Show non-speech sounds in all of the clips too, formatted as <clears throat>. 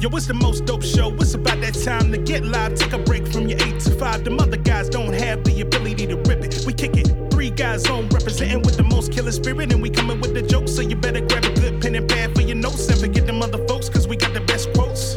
Yo, it's the most dope show. It's about that time to get live. Take a break from your eight to five. Them other guys don't have the ability to rip it. We kick it. Three guys on representing with the most killer spirit. And we coming with the jokes. So you better grab a good pen and pad for your notes. And forget them other folks, cause we got the best quotes.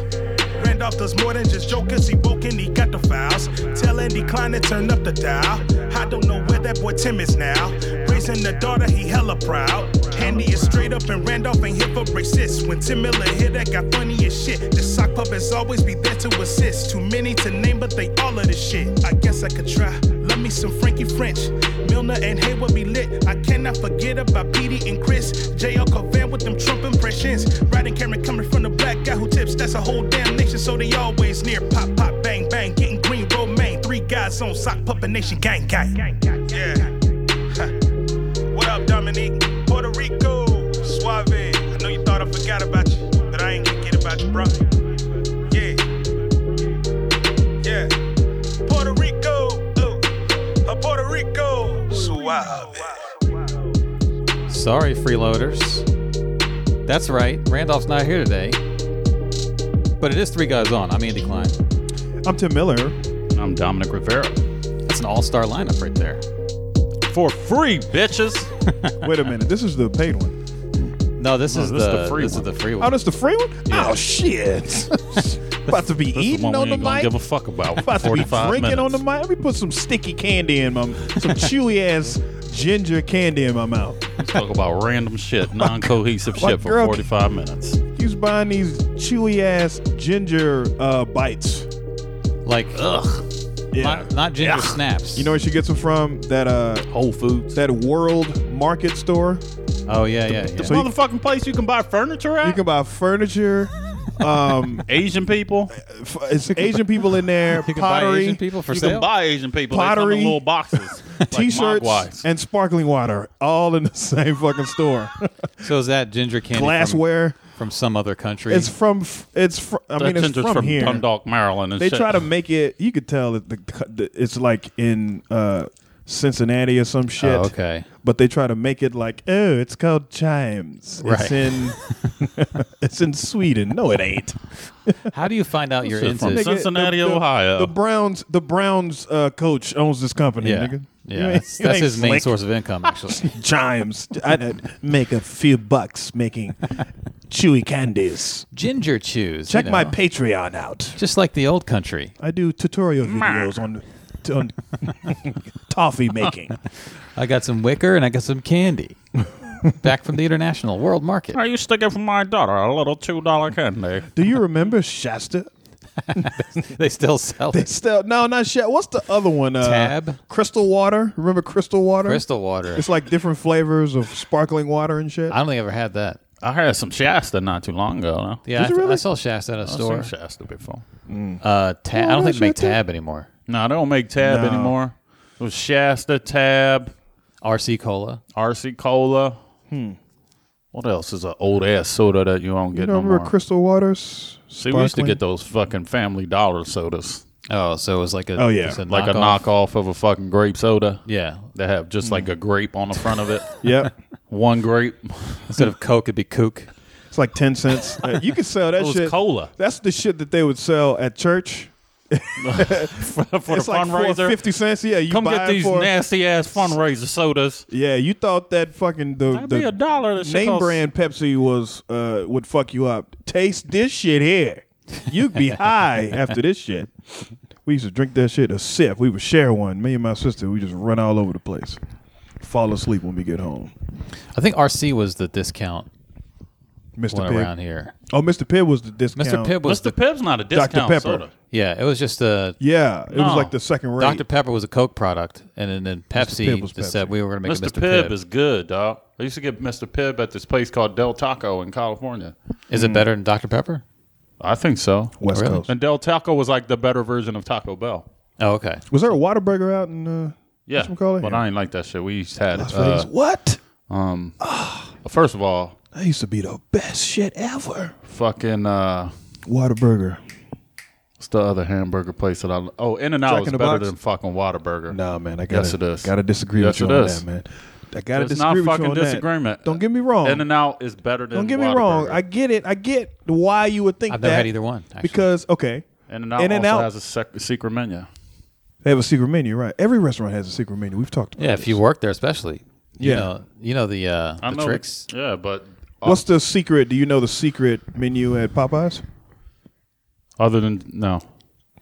Randolph does more than just jokers. He woke and he got the files. Tell Andy Klein to turn up the dial. I don't know where that boy Tim is now. Raising the daughter, he hella proud. Andy is straight up and Randolph ain't here for racist. When Tim Miller hit that got funny as shit. The sock puppets always be there to assist. Too many to name, but they all of this shit. I guess I could try. Love me some Frankie French. Milner and Hayward be lit. I cannot forget about Petey and Chris. JL Covan with them Trump impressions. Riding Karen coming from the black guy who tips. That's a whole damn nation, so they always near. Pop, pop, bang, bang. Getting green, romaine. Three guys on sock puppet nation, gang, gang. Yeah. Huh. What up, Dominique? Puerto Rico, Suave. I know you thought I forgot about you, but I ain't gonna get about you, bro. Yeah. Yeah. Puerto Rico, ooh. A Puerto Rico, Suave. Sorry, freeloaders. That's right, Randolph's not here today. But it is Three Guys On. I'm Andy Klein. I'm Tim Miller. I'm Dominic Rivera. That's an all star lineup right there. For free, bitches. Wait a minute. This is the paid one. No, this No, is this is the, the free this one. is the free Oh, one. this the free one? Yeah. Oh <laughs> shit! About to be That's the eating one on we the ain't gonna mic. give a fuck about. About to be Forty-five drinking minutes. on the mic. Let me put some sticky candy in my, <laughs> some chewy ass ginger candy in my mouth. Let's talk about random shit, non-cohesive my shit for girl- forty-five minutes. He's buying these chewy ass ginger uh, bites. Like, ugh. Yeah. Not, not ginger snaps. you know where she gets them from? That uh, Whole Foods. that World Market store. Oh, yeah, yeah. yeah. The motherfucking place you can buy furniture at. You can buy <laughs> furniture. Um, Asian people. f- it's Asian people in there. you can buy pottery. Asian people for you sale. can buy Asian people. They come Pottery. in <laughs> little boxes. like T-shirts Mogwais. and sparkling water, all in the <laughs> same fucking <laughs> store. so is that ginger candy from, Glassware. from some other country? It's from. f- It's. Fr- I mean, That it's ginger's from, here. Dundalk, Maryland. And They shit. try to make it. You could tell that the, the it's like in uh, Cincinnati or some shit. Oh, okay. But they try to make it like, oh, it's called Chimes. Right. <laughs> It's in. <laughs> it's in Sweden. No, it ain't. How do you find out you're shit into from this? Nigga, Cincinnati, the- the- Ohio. The Browns. The Browns uh, coach owns this company. Yeah. Nigga. <laughs> You Yeah, ain't- that's, you that's ain't his main slick. source of income, <laughs> actually. Chimes. I make a few bucks making chewy candies. Ginger chews. you Check my know. Patreon out. Just like the old country. I do tutorial videos on on <laughs> toffee making. I got some wicker and I got some <laughs> candy. Back from the international world market. I used to give my daughter a little two-dollar candy. Do you remember Shasta? They still sell They it. still no, not Shasta. What's the other one? Uh, Tab? Crystal water. Remember Crystal water? Crystal water. It's like different flavors of sparkling water and shit. I don't think I ever had that. I had some Shasta not too long ago. No? Yeah, I, you th- I really? saw Shasta at a I've store. seen Shasta before. Uh, tab. I don't no, think they make Shasta. tab anymore. No, they don't make Tab No. anymore. It was Shasta, Tab, RC Cola. RC Cola. Hmm. What else is an old ass soda that you won't you get know, no remember more? Crystal waters? See, we used to get those fucking Family Dollar sodas, Oh, so it was like a Oh, yeah. just like a knockoff of a fucking grape soda. Yeah. They have just like a grape on the front of it. Yep. One grape. Instead of Coke, it'd be Kook. It's like ten <laughs> cents. Uh, you could sell that It was shit. cola. That's the shit that they would sell at church. <laughs> for the it's like for fundraiser. fifty cents. Yeah, you Come buy get it these for, nasty ass fundraiser sodas. Yeah, you thought that fucking the, That'd the be a dollar. That shit name costs- brand Pepsi was uh, would fuck you up. Taste this shit here. You'd <laughs> be high after this shit. We used to drink that shit a sip. We would share one. Me and my sister, we just run all over the place. Fall asleep when we get home. I think RC was the discount Mr. one around Pibb. here. Oh, Mr. Pibb was the Mr. discount. Pibb was Mr. the. Pibb's not a discount Pepper. soda. Yeah, it was just a. Yeah, it No. was like the second rate. Dr. Pepper was a Coke product, and then, then Pepsi Pibb was just said Pepsi. we were going to make Mr. a Mr. Pibb Pibb. is good, dog. I used to get Mr. Pibb at this place called Del Taco in California. Is it better than Dr. Pepper? I think so. West Really? Coast. And Del Taco was like the better version of Taco Bell. Oh, okay. Was there a Whataburger out in uh, Yeah, whatchamacallit? but I ain't like that shit. We used to had Las uh, Vegas? What? first of all, That used to be the best shit ever. fucking uh, Whataburger. what's the other hamburger place that I oh In and Jack Out was in the better Box? than fucking Whataburger. Nah, man, I gotta, Yes, it is. gotta disagree Yes, with you it on is. that, man. I gotta It's disagree not with you fucking on that. disagreement. Don't get me wrong. In and out is better than. Don't get me wrong. I get it. I get why you would think I've that. never had either one, actually. Because okay, In and out also has a sec- secret menu. they have a secret menu, right? Every restaurant has a secret menu. We've talked about. Yeah, if you work there, especially. You Yeah. know, you know the uh, I the know. tricks. Yeah, but this. What's the secret? Do you know the secret menu at Popeyes? other than no.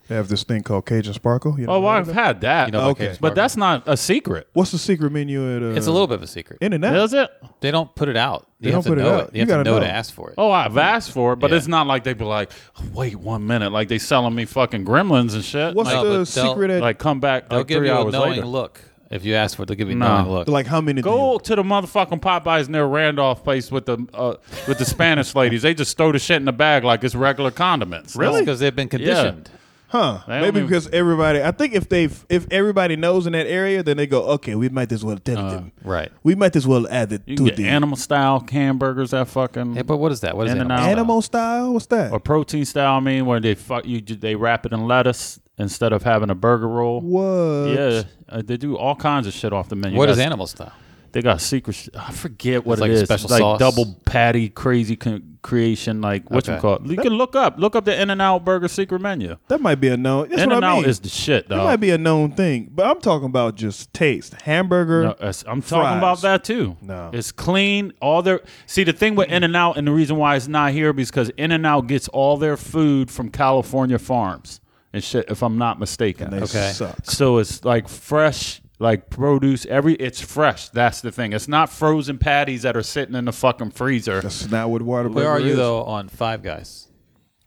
They have this thing called Cajun Sparkle. You know Oh, I've had that. You know, Okay. okay, but that's not a secret. What's the secret menu at? Uh, it's a little bit of a secret. In and out. Is it? They don't put it out. You have don't to put it know out. it. You You have to gotta know to know. ask for it. Oh, I've asked for it, but Yeah. it's not like they be like, wait one minute, like they selling me fucking gremlins and shit. What's like, No, the but they'll- secret at? like come back They'll like give three you a hours knowing later. look. If you ask for it, they'll give you a Nah. knowing look. like how many? do Go you- to the motherfucking Popeyes near Randolph place with the uh, with <laughs> the Spanish ladies. They just throw the shit in the bag like it's regular condiments. That's- Because they've been conditioned. Huh? They don't Maybe even- because everybody. I think if they if everybody knows in that area, then they go, okay, we might as well tell them. right. We might as well add it Uh, You to can get the animal style hamburgers that fucking Yeah, but what is that? What is In that? and out. animal style. What's that? or protein style. I mean, where they fuck you, they wrap it in lettuce instead of having a burger roll. What? Yeah, uh, they do all kinds of shit off the menu. What is That's- animal style? They got secret. Sh- I forget what It's it like a is. special like sauce. double patty, crazy con- creation. Like what you Okay. call? You can look up, look up the In and Out Burger secret menu. That might be a known. That's In what and I Out mean. is the shit, that though. might be a known thing, but I'm talking about just taste. Hamburger. No, uh, that's- I'm talking about fries. that too. No. it's clean. All their see the thing with In and Out, and the reason why it's not here because In and Out gets all their food from California farms and shit. If I'm not mistaken, They Okay. suck. So it's like fresh, like produce. Every it's fresh. That's the thing. It's not frozen patties that are sitting in the fucking freezer. That's not what water. Where are burger you is. though on Five Guys?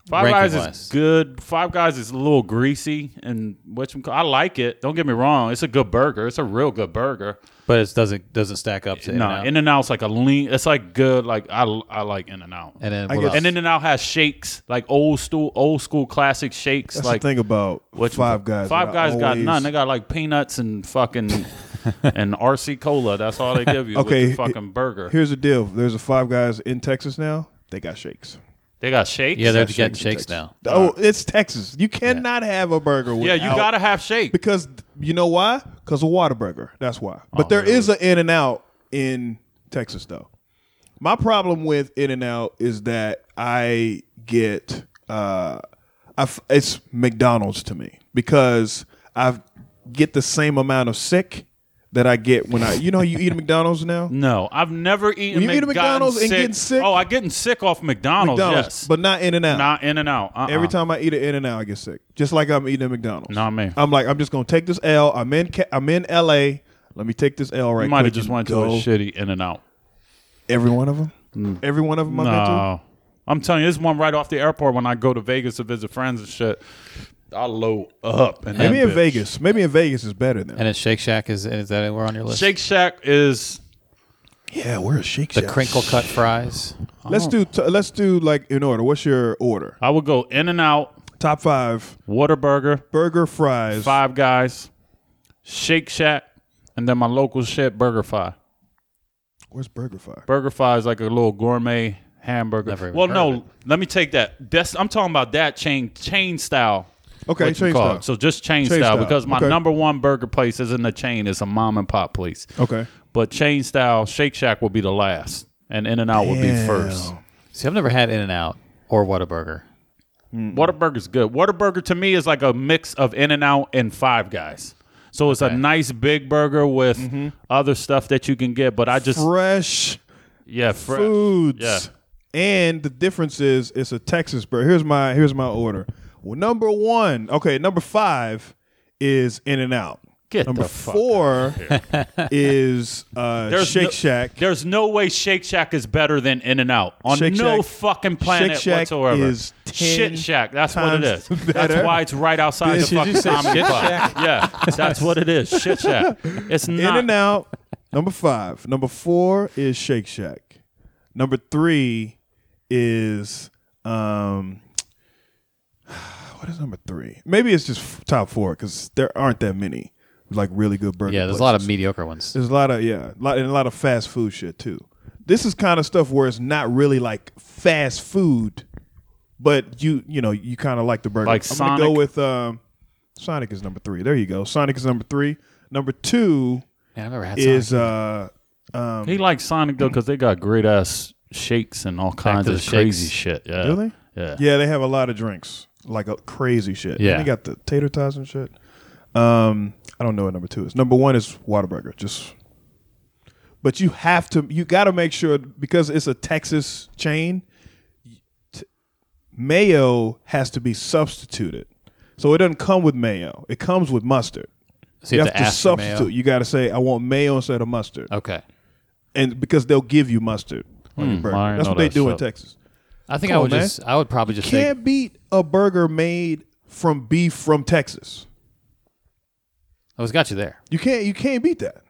Five ranking Guys wise? is good. Five Guys is a little greasy and what I like it. Don't get me wrong. It's a good burger. It's a real good burger. But it doesn't doesn't stack up to No, In and Out's like a lean. It's like good. Like I, I like In and Out. And then I what guess- else? And In and Out has shakes like old school, old school classic shakes. That's like the thing about what you- Five Guys. Five that I Guys got always- none. They got like peanuts and fucking <laughs> and RC cola. That's all they give you. Okay, with the fucking burger. Here's the deal. There's a Five Guys in Texas now. They got shakes. they got shakes. yeah, they're Got getting in shakes Texas. now. Oh, it's Texas. You cannot have a burger. yeah. Without You gotta have shake. because you know why? Because of Whataburger. That's why. But there is an In and Out in Texas though. My problem with In and Out is that I get uh, I f- it's McDonald's to me because I get the same amount of sick that I get when I you know how you eat at McDonald's <laughs> now. No, I've never eaten. When you eat at Mc- gotten McDonald's and getting sick- Oh, I getting sick off McDonald's. McDonald's, yes, but not In and Out. not In and Out. Uh-uh. Every time I eat an In and Out, I get sick. Just like I'm eating at McDonald's. Not me. I'm like, I'm just gonna take this L. I'm in. Ca- I'm in L.A. Let me take this L right. you might have quick just and went to a Mm. go. shitty In and Out. Every one of them. Every one of them. I've been to. No, I'm telling you, this one right off the airport when I go to Vegas to visit friends and shit. I load up and Maybe in Vegas. Maybe in Vegas is better than. And then Shake Shack is is that anywhere on your list? Shake Shack is yeah, we're a Shake the Shack. crinkle cut fries. Let's do. T- let's do like in order. What's your order? I would go In and Out, Top five Whataburger, burger fries. Five Guys, Shake Shack, and then my local shit, Burger Fi. Where's burger fry? Burger Fi is like a little gourmet hamburger. Never even well, heard no, of it. let me take that. That's I'm talking about that chain chain style. Okay, what you change call that. it. So just chain, Chain style, style. because my Okay. number one burger place isn't a chain; it's a mom and pop place. okay. But chain style Shake Shack will be the last, and In and Out will be Damn. first. See, I've never had In and Out or Whataburger. Whataburger's good. Whataburger to me is like a mix of In and Out and Five Guys. So it's a nice big burger with Mm-hmm. other stuff that you can get, but I just Fresh. yeah fresh. foods. Yeah. And the difference is it's a Texas burger. Here's my here's my order. Well, number one, okay, number five is In and Out. Get number the fuck four <laughs> is uh, There's Shake no- Shack. There's no way Shake Shack is better than In and Out on Shake no Shack- fucking planet Shake Shack whatsoever. is 10 Shit Shack. That's what it is. times That's better. why it's right outside the Did you fucking say comedy Shit club. Yeah, that's what it is. Shit Shack. It's In not. and Out. Number five. Number four is Shake Shack. Number three is um, <sighs> what is number three? Maybe it's just f- top four because there aren't that many like really good burger. Yeah, there's a lot places. of mediocre ones. There's a lot of yeah, a lot, and a lot of fast food shit too. This is kind of stuff where it's not really like fast food, but you you know you kind of like the burger. Like I'm gonna go Sonic? with um, Sonic is number three. There you go. Sonic is number three. Number two Yeah, I've never had is Sonic. uh, he likes Sonic Mm-hmm. though because they got great ass shakes and all kinds to of the crazy shakes. shit. Yeah. Do they? Yeah. Yeah, they have a lot of drinks, like a crazy shit. Yeah. and they got the tater tots and shit. Um, I don't know what number two is. Number one is Whataburger. Just, but you have to, you got to make sure because it's a Texas chain. t- mayo has to be substituted, so it doesn't come with mayo. It comes with mustard. So you have to ask for mayo? substitute. You got to say, "I want mayo instead of mustard." Okay. and because they'll give you mustard on Hmm, your burger. I didn't That's know what they that do in shit. Texas. I think Come I on, would man. just. I would probably just. Say, Can't beat a burger made from beef from Texas. I was oh, got you there. You can't. You can't beat that.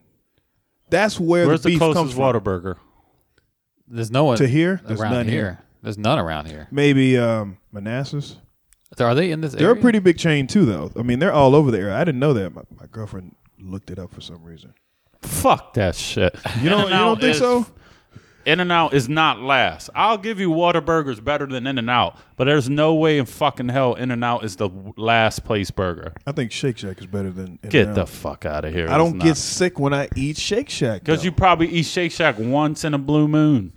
That's where Where's the the beef comes closest from. Whataburger? There's no one To here? around There's none here. here. There's none around here. Maybe um, Manassas. Are they in this? They're area? a pretty big chain too, though. I mean, they're all over the area. I didn't know that. My, my girlfriend looked it up for some reason. Fuck that shit. You don't. you don't think so? In and Out is not last. I'll give you Whataburger's better than In and Out, but there's no way in fucking hell In and Out is the last place burger. I think Shake Shack is better than. In-N-Out. Get the fuck out of here. I don't get sick when I eat Shake Shack. because you though. probably eat Shake Shack once in a blue moon.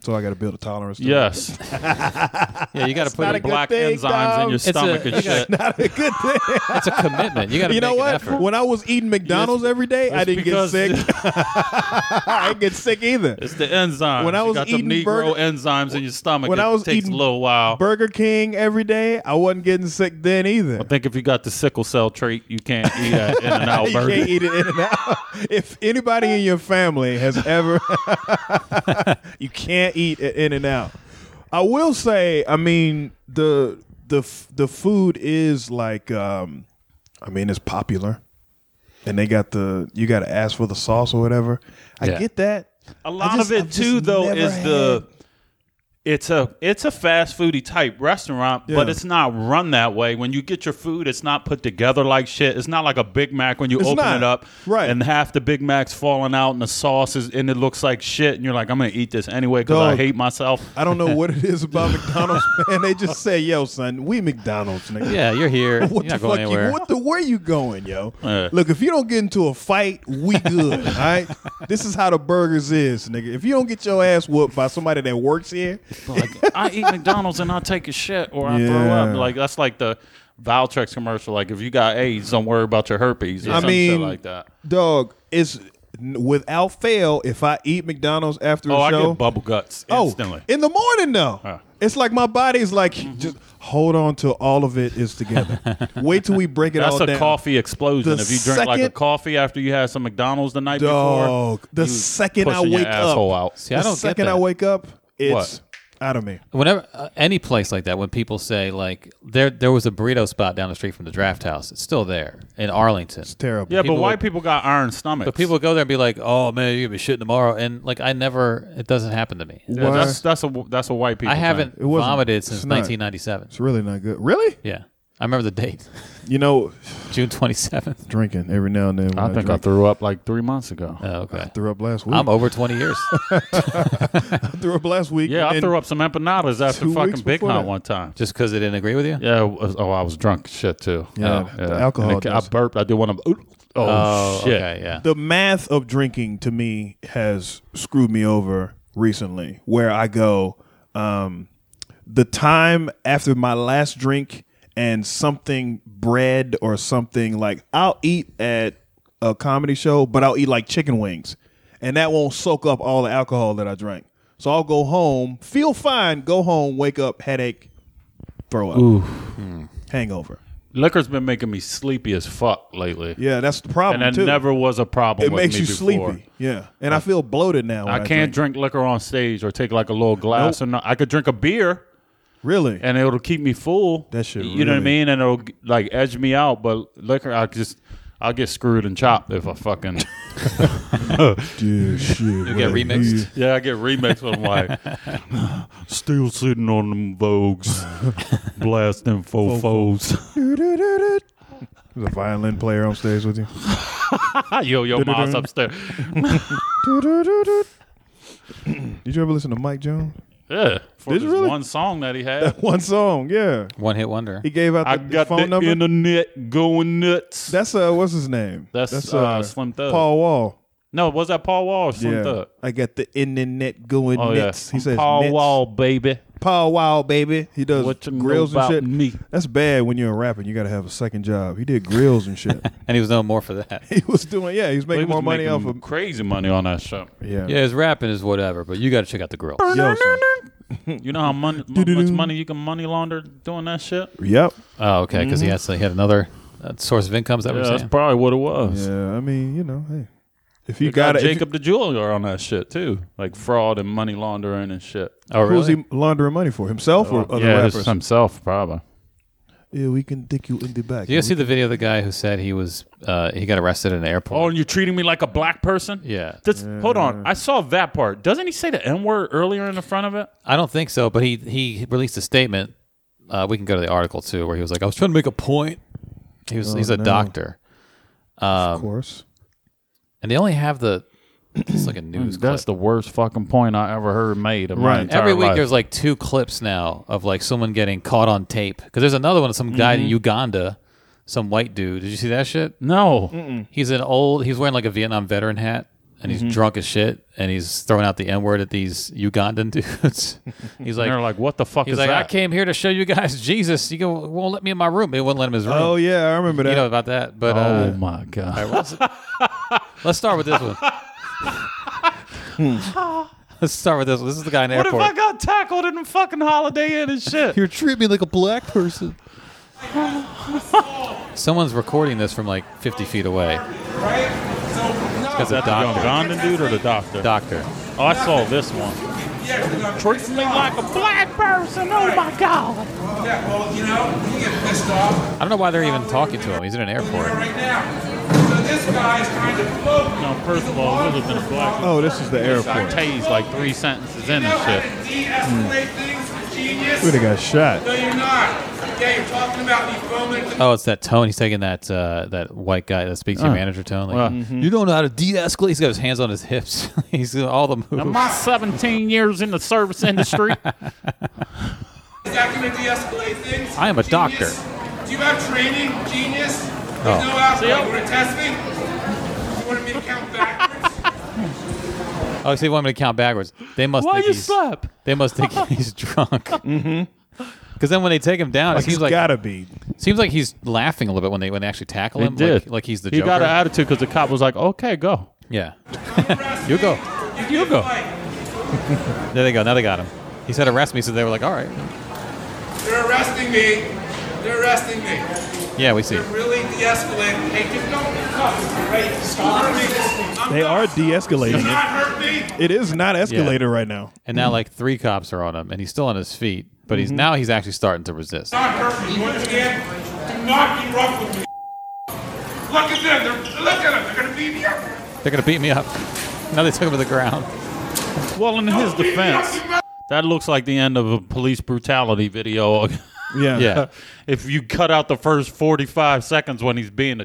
So I got to build a tolerance. to it. Yes, <laughs> Yeah, you got to put in not a good black. black thing, enzymes in dog. your It's a- stomach and it's a- <laughs> shit. not a <laughs> good thing. It's a commitment. You got to. <laughs> You know make what? An effort. When I was eating McDonald's every day, I didn't get because- sick. <laughs> <laughs> I didn't get sick either. It's the enzymes. When I You was got them eating Negro burger- enzymes in your stomach. when it I was takes eating a little while. Burger King every day, I wasn't getting sick then either. I think if you got the sickle cell trait, you can't eat an <laughs> In and Out You can't burger. eat it in and out. <laughs> If anybody in your family has ever, <laughs> you can't eat it in and out. I will say, I mean the the f- the food is like, um, I mean it's popular, and they got the you got to ask for the sauce or whatever. I Yeah. get that. A I lot just- of it I've too, just though, never is the it's a it's a fast foody type restaurant, but Yeah. it's not run that way. When you get your food, it's not put together like shit. It's not like a Big Mac when you It's open not. it up, Right. And half the Big Mac's falling out, and the sauce is and it looks like shit, and you're like, I'm gonna eat this anyway because I Dog. hate myself. I don't know what it is about McDonald's, <laughs> man. They just say, "Yo, son, we McDonald's, <laughs> nigga." yeah, you're here. <laughs> What you're not the going fuck? anywhere. You, what the? Where you going, yo? <laughs> Yeah. Look, if you don't get into a fight, we <laughs> good. all right. This is how the burgers is, nigga. If you don't get your ass whooped by somebody that works here, Like I eat McDonald's and I take a shit or I throw Yeah. up. Like that's like the Valtrex commercial. Like if you got AIDS, don't worry about your herpes. Or I some shit mean, like that. dog, it's n- without fail. If I eat McDonald's after Oh, a I show, get bubble guts oh, instantly. in the morning though, Huh. Mm-hmm. it's like my body's like just hold on till all of it is <laughs> together. Wait till we break it That's all a down. coffee explosion. The if you drink like a Oh, second- coffee after you had some McDonald's the night Dog, before, the you second I pushing wake your asshole up, out. See, I the don't get second I that. wake up, it's out of me. Whenever uh, any place like that, when people say like there there was a burrito spot down the street from the Draft House, it's still there in Arlington. Terrible. yeah, people but white would- people got iron stomachs. But people go there and be like, "Oh man, you're gonna be shitting tomorrow," and like I never, it doesn't happen to me. Yeah, Why? that's that's a that's a white people. I haven't It wasn't. vomited It's since not. 1997. It's really not good. Really? Yeah, I remember the date, <laughs> You know, June 27th. drinking every now and then. When Thing. I, I think I drink. threw up like three months ago. Oh, okay, threw up last week. I'm over 20 years. I <laughs> threw up last week. yeah, I and- threw up some empanadas after two fucking weeks Big before Knot that. one time. Just because they didn't agree with you? Yeah, it was- oh, I was drunk as shit too. Yeah, Oh, the alcohol And it- I does it. burped. I did one of. Oh, Oh, shit! okay, <laughs> yeah. The math of drinking to me has screwed me over recently. Where I go, um, the time after my last drink and something bread or something like I'll eat at a comedy show, but I'll eat like chicken wings, and that won't soak up all the alcohol that I drank. So I'll go home, feel fine, go home, wake up, headache, throw up, hangover. Liquor's been making me sleepy as fuck lately, Yeah, that's the and problem that too. never was a problem. it with makes me you before. sleepy. Yeah, and I, feel bloated now. When I can't drink. drink. liquor on stage or take like a little glass or not. I could drink a beer really. and it'll keep me full. That shit you know what I really- mean? And it'll like edge me out. But liquor, I just I'll get screwed and chopped if <laughs> I fucking <laughs> Dude, shit, You get remixed. yeah. I get remixed with my <laughs> still sitting on them <laughs> vogues, blasting fofos. There's a violin player on stage <laughs> with you. yo yo, mom's upstairs. Did you ever listen to Mike Jones? Yeah, for Did you this really? one song that he had. One song, yeah. One hit wonder. He gave out the, I got phone the number. internet going nuts. that's uh, what's his name? That's, uh, Slim Thug. Paul Wall. No, was that Paul Wall or some Yeah. thug? I got the internet going Oh nuts. yeah, He says Paul nuts. Wall, baby. Paul Wall, baby. He does What you know grills about and shit. me? That's bad when you're a rapper. You got to have a second job. He did grills and <laughs> shit. And he was known more for that. he was doing, yeah, he was He making was more money off making of. crazy money on that show. Yeah. Yeah, his rapping is whatever, but you got to check out the grill. Yo, son. You know how mon- <laughs> mu- much money you can money launder doing that shit? Yep. Oh, okay, because he has he had another uh, source of income. Is that what Yeah, you're that's saying? probably what it was. Yeah, I mean, you know, hey. If you You got, got it, if Jacob the jeweler on that shit too, like fraud and money laundering and shit. oh, you- who's really? he laundering money for? Himself or other Oh, yeah, rappers? it's himself probably. Yeah, we can dick you in the back. Do you guys see the video of the guy who said he was uh, he got arrested in an Oh, airport? and you're treating me like a black person? Yeah. That's, Hold on, I saw that part. Doesn't he say the N word earlier in the front of it? I don't think so, but he he released a statement. Uh, we can go to the article too, where he was like, "I was trying to make a point." He was he's a doctor, um, of course. and they only have the it's like a news clip. That's the worst fucking point I ever heard made. Of my Right. entire Every week life. there's like two clips now of like someone getting caught on tape because there's another one of some guy Mm-hmm. in Uganda, some white dude. Did you see that shit? no. He's an old. He's wearing like a Vietnam veteran hat, and Mm-hmm. he's drunk as shit, and he's throwing out the N word at these Ugandan <laughs> dudes. he's and they're like, like, what the fuck he's is like, that? I came here to show you guys Jesus. You go, won't let me in my room. They wouldn't let him in his room. Oh, yeah, I remember that. you know about that. But oh uh, my god. let's, let's start with this <laughs> one. <laughs> let's start with this one. This is the guy in the What if airport. I got tackled in the fucking Holiday Inn and shit? You're treating me like a black person. Someone's recording this from like 50 feet away. Because a That's the doctor. Ugandan dude or the doctor? Doctor. Oh, I saw this one. Treats me like a black person. Oh my god. Yeah, well, you know, you get pissed off I don't know why they're even talking to him. He's in an airport. right now. So this guy's trying to float. No, first of all, it would have been a black. oh, this is the I airport. tased like three sentences in You and know how shit. to de-escalate things, genius? We done got shot. No, you're not. Yeah, you're talking about me filming. Oh, it's that tone. He's taking that uh, that white guy that speaks to your manager tone. Like, well. You don't know how to de-escalate. He's got his hands on his hips. <laughs> He's doing all the moves. Now, my 17 years in the service <laughs> industry. Is that going to de-escalate things? I am a Genius? doctor. Do you have training, genius? There's Oh. no outbreak. See, You want to test me? You wanted me to count backwards? Oh, so you want me to count backwards? They must. Why think you he's, slap? They must think he's drunk. Because then when they take him down, it Like, seems he's like gotta be. seems like he's laughing a little bit when they when they actually tackle him. Like, like he's the He Joker. got an attitude because the cop was like, okay, go. yeah. <laughs> you go. You go. There they go. Now they got him. He said arrest me, so they were like, all right. They're arresting me. They're arresting me. Yeah, we see. They're really de-escalating. Hey, just don't be tough. Right? Stop. I'm They not- are de Do escalating. not hurt me. It is not escalator right now. And now like three cops are on him, and he's still on his feet, but he's now he's actually starting to resist. not hurt me. Once again, do not be rough with me. Look at them. They're, look at them. They're going to beat me up. They're gonna beat me up. <laughs> Now they took him to the ground. Well, in his Beat me up, defense, you mother- that looks like the end of a police brutality video. <laughs> Yeah. Yeah. if you cut out the first 45 seconds when he's being a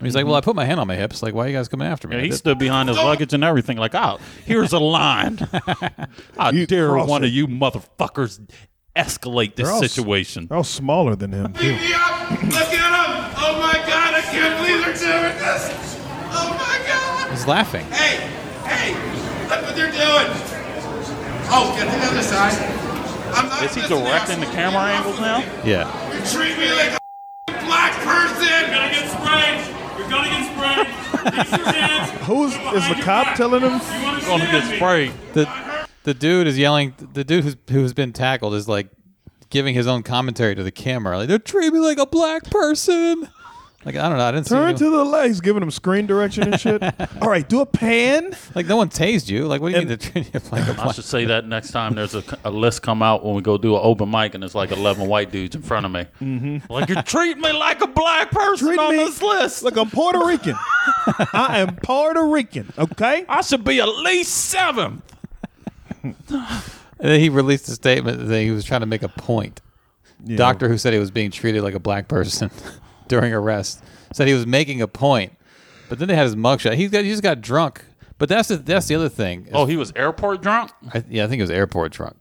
<laughs> He's like, well, I put my hand on my hips. Like, why are you guys coming after me? Yeah, I he did- stood behind his luggage and everything, like, oh, here's a line. <laughs> I You dare cross one it. of you motherfuckers escalate this They're all s- situation. They're all smaller than him. Beat me up. Look at them. Oh my God. I can't believe they're doing this. Oh my God. he's laughing. Hey, hey, look what they're doing. Oh, get to the other side. I'm not Is he listening. directing the camera angles now? Yeah. You treat me like a black person. You're going to get sprayed. You're going to get sprayed. These your hands. <laughs> Who's is the cop telling him? Gonna get sprayed. The the dude is yelling. The dude who's who's been tackled is like giving his own commentary to the camera. Like they're treating me like a black person. Like I don't know. I didn't see. Turn anyone- to the left. He's giving him screen direction and shit. All right, do a pan. Like no one tased you. Like what do you And- mean to treat you like a I black? should say that next time there's a, a list come out when we go do an open mic and it's like 11 white dudes in front of me. Mm-hmm. Like, you treat me like a black person Treat on me this list. Look, I'm Puerto Rican. I am Puerto Rican. Okay. I should be at least seven. And then he released a statement that he was trying to make a point. Doctor who said he was being treated like a black person <laughs> during arrest said he was making a point. But then they had his mugshot. He got he just got drunk. But that's the that's the other thing. Oh, he Oh, was airport drunk? I, yeah, I think it was airport drunk.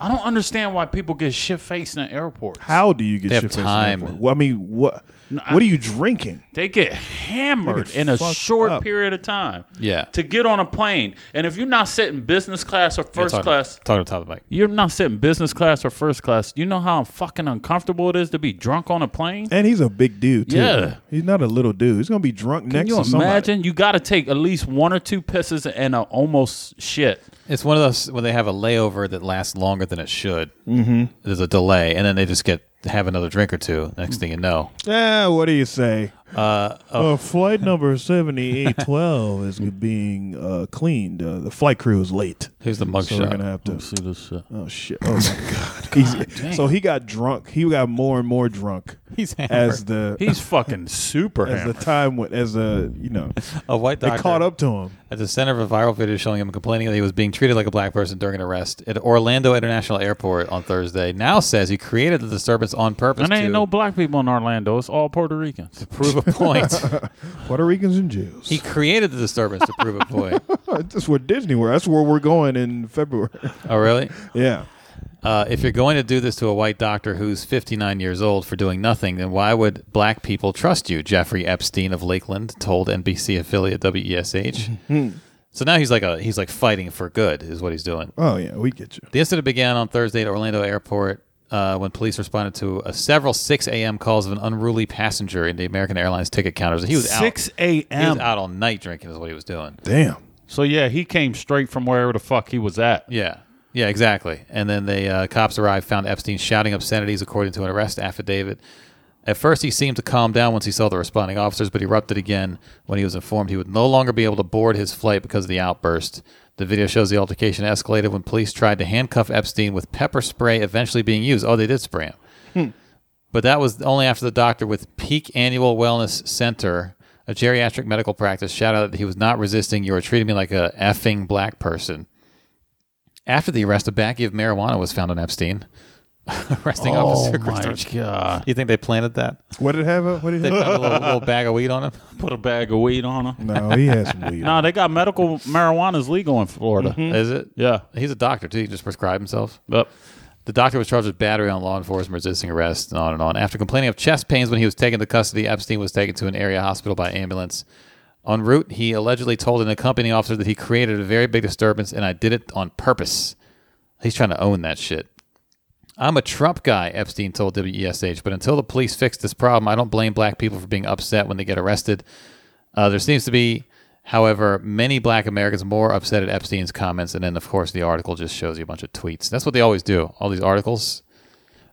I don't understand why people get shit faced in airports. How do you get They have shit faced in time. airport? Well, I mean, what what are you drinking? They get hammered They get in a fucked short up. period of time. Yeah. To get on a plane. And if you're not sitting business class or first talk, class, Talk to the top of the mic. you're not sitting business class or first class. You know how fucking uncomfortable it is to be drunk on a plane? And he's a big dude too. Yeah. he's not a little dude. He's gonna be drunk Can next you to somebody. imagine? You got to take at least one or two pisses and a almost shit. It's one of those when they have a layover that lasts longer than it should. Mm-hmm. There's a delay, and then they just get have another drink or two. Next thing you know, Yeah, what do you say? Uh, flight number seventy-eight twelve is being uh, cleaned. Uh, the flight crew is late, here's the so we're mugshot. gonna have to. See this shit. Oh shit! Oh <laughs> my god! He's- so he got drunk. He got more and more drunk He's hammered. as the He's fucking super as the hammered. time went. As a you know, a white they doctor caught up to him. at the center of a viral video showing him complaining that he was being treated like a black person during an arrest at Orlando International Airport on Thursday. Now says he created the disturbance on purpose And there to ain't no black people in Orlando. It's all Puerto Ricans. prove a point. Puerto Ricans in jails. he created the disturbance to prove a point. <laughs> That's where Disney World. That's where we're going in February. Oh, really? yeah. Uh, if you're going to do this to a white doctor who's 59 years old for doing nothing, then why would black people trust you? Jeffrey Epstein of Lakeland told NBC affiliate WESH. so now he's like a he's like fighting for good is what he's doing. Oh yeah, we get you. The incident began on Thursday at Orlando Airport uh, when police responded to a several 6 a.m. calls of an unruly passenger in the American Airlines ticket counters. He was out. He was a.m. out all night drinking is what he was doing. Damn. So yeah, he came straight from wherever the fuck he was at. Yeah. Yeah, exactly. And then the uh, cops arrived, found Epstein shouting obscenities according to an arrest affidavit. At first, he seemed to calm down once he saw the responding officers, but erupted again when he was informed he would no longer be able to board his flight because of the outburst. The video shows the altercation escalated when police tried to handcuff Epstein with pepper spray, eventually being used. Oh, they did spray him. But that was only after the doctor with Peak Annual Wellness Center, a geriatric medical practice, shouted out that he was not resisting. You were treating me like a effing black person. After the arrest, a baggie of marijuana was found on Epstein. <laughs> Arresting officer Christopher. Ch- god! You think they planted that? What did it have? uh, What did They <laughs> it found a little, little bag of weed on him. Put a bag of weed on him. No, he has some weed. Nah, they got medical marijuana is legal in Florida. <laughs> Is it? Yeah. He's a doctor too. He can just prescribe himself. But The doctor was charged with battery on law enforcement, resisting arrest, and on and on. After complaining of chest pains when he was taken to custody, Epstein was taken to an area hospital by ambulance. En route, he allegedly told an accompanying officer that he created a very big disturbance and I did it on purpose. He's trying to own that shit. I'm a Trump guy, Epstein told WESH, but until the police fix this problem, I don't blame black people for being upset when they get arrested. Uh, there seems to be, however, many black Americans more upset at Epstein's comments. And then, of course, the article just shows you a bunch of tweets. That's what they always do, all these articles.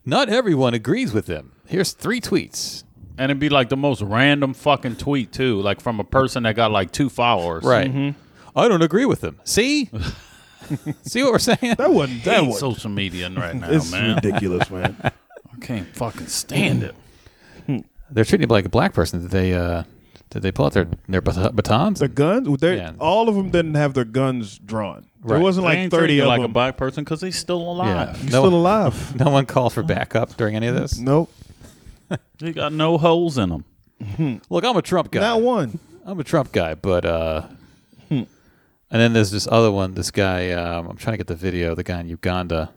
Not everyone agrees with them. Here's three tweets. and it'd be like the most random fucking tweet too, like from a person that got like two followers. Mm-hmm. I don't agree with them. See? <laughs> See what we're saying? <laughs> That wasn't. That Hate was. social media right <laughs> now, it's man. ridiculous, man. I can't fucking stand it. They're treating you like a black person. Did they, uh, did they pull out their, their bat- batons? The guns. well, they Yeah. All of them didn't have their guns drawn. There Right. wasn't They like ain't thirty treating of like a them. black person because he's still alive. He's No, still alive. <laughs> no one called for backup during any of this. Nope. He got no holes in him. Look, I'm a Trump guy. Not one. I'm a Trump guy, but uh, and then there's this other one. This guy, um, I'm trying to get the video. The guy in Uganda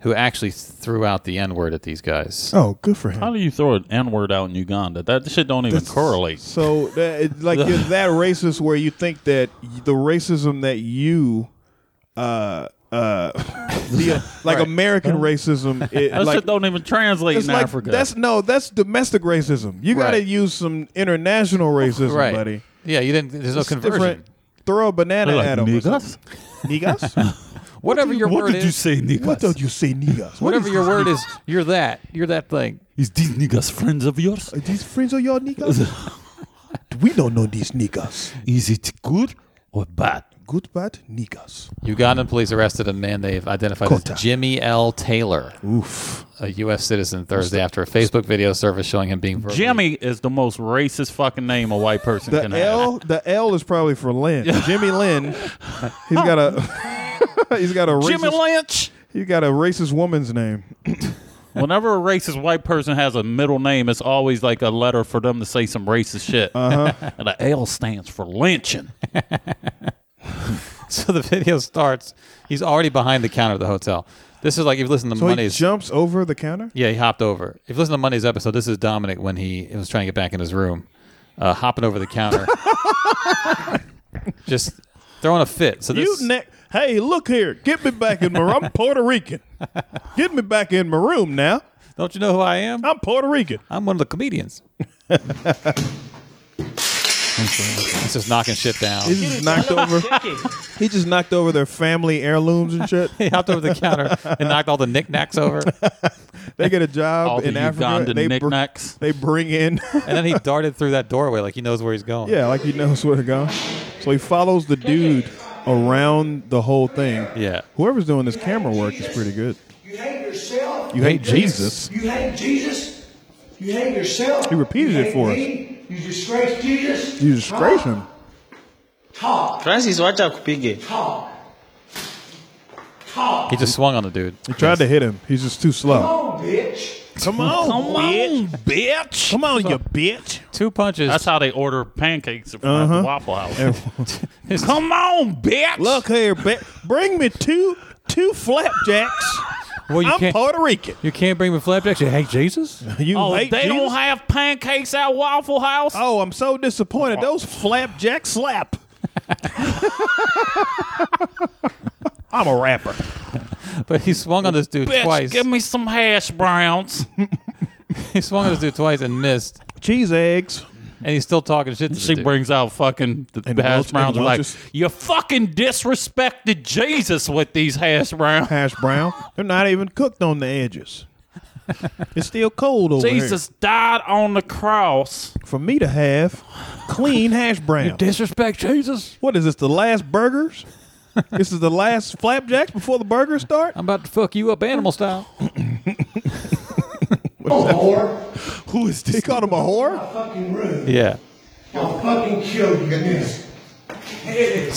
who actually threw out the N word at these guys. Oh, good for How him. do you throw an N word out in Uganda? That shit don't even correlate. So that it, like <laughs> you're that racist where you think that y- the racism that you uh uh <laughs> the, like American <laughs> racism it, That like shit don't even translate in It's like- Africa. That's no, that's domestic racism. You got to Right. use some international racism, right? buddy. Yeah, you didn't. There's no It's conversion. different. Throw a banana They're like, at them. "Niggas?" Niggas? <laughs> Whatever your what word did you is, say, niggas? what did you say, niggas? What whatever is- your word is, you're that. You're that thing. Is these niggas friends of yours? are these friends of your <laughs> niggas? we don't know these niggas. Is it good or bad? Good, bad niggas. Ugandan police arrested a man they've identified Kota. as Jimmy L. Taylor, Oof. a U.S. citizen, Thursday after a Facebook video service showing him being verbally Jimmy is the most racist fucking name a white person The can have. L, the L is probably for Lynn. Jimmy Lynn. He's got a. he's got a <laughs> Jimmy racist. Lynch. He's got a racist woman's name. Whenever a racist white person has a middle name, it's always like a letter for them to say <laughs> some racist shit. Uh-huh. and the L stands for lynching. <laughs> So the video starts. He's already behind the counter of the hotel. This is like if you listen to So he Monday's. jumps over the counter. yeah, he hopped over. If you listen to Monday's episode, this is Dominic when he was trying to get back in his room, uh, hopping over the <laughs> counter, just throwing a fit. So You this, ne- hey, look here, get me back in my room. I'm Puerto Rican. Get me back in my room now. don't you know who I am? I'm Puerto Rican. I'm one of the <laughs> comedians. He's just knocking shit down. He just knocked over. He just knocked over their family heirlooms and shit. <laughs> He hopped over the counter and knocked all the knickknacks over. They get a job All in the Africa. Ugandan and they, br- knickknacks. they bring in, <laughs> And then he darted through that doorway like he knows where he's going. yeah, like he knows where to go. So he follows the dude around the whole thing. Yeah. Whoever's doing this camera work is pretty good. You hate yourself. You hate Jesus. You hate Jesus. You hate yourself. He repeated You it hate for me. You disgrace Jesus. You disgrace him. Talk. Francis, wacha akupige. Talk. Talk. He just swung on the dude. He tried to hit him. He's just too slow. Come on, bitch. Come on, come on, bitch. Come on, you bitch. Two punches. That's how they order pancakes from Uh-huh. the Waffle House. <laughs> Come on, bitch. Look here, bitch. Bring me two two flapjacks. well, you I'm can't. Puerto Rican. you can't bring me flapjacks. You hate Jesus. You Oh, they hate Jesus? don't have pancakes at Waffle House. Oh, I'm so disappointed. Those flapjack slap. I'm a rapper. But he swung on this dude Bitch, twice. give me some hash browns. He swung on this dude twice and missed. Cheese eggs. And he's still talking shit to the <laughs> She dude. brings out fucking the And Welch- hash browns. and like Welch's- you fucking disrespected Jesus with these hash browns. Hash brown. They're not even cooked on the edges. It's still cold over Jesus died on the cross. here. For me to have clean hash brown. Disrespect Jesus. What is this? The last burgers? this is the last flapjacks before the burgers start? I'm about to fuck you up animal style. Come on, whore. Who is this? He called him a whore? Fucking rude. Yeah. I'll fucking kill you in this.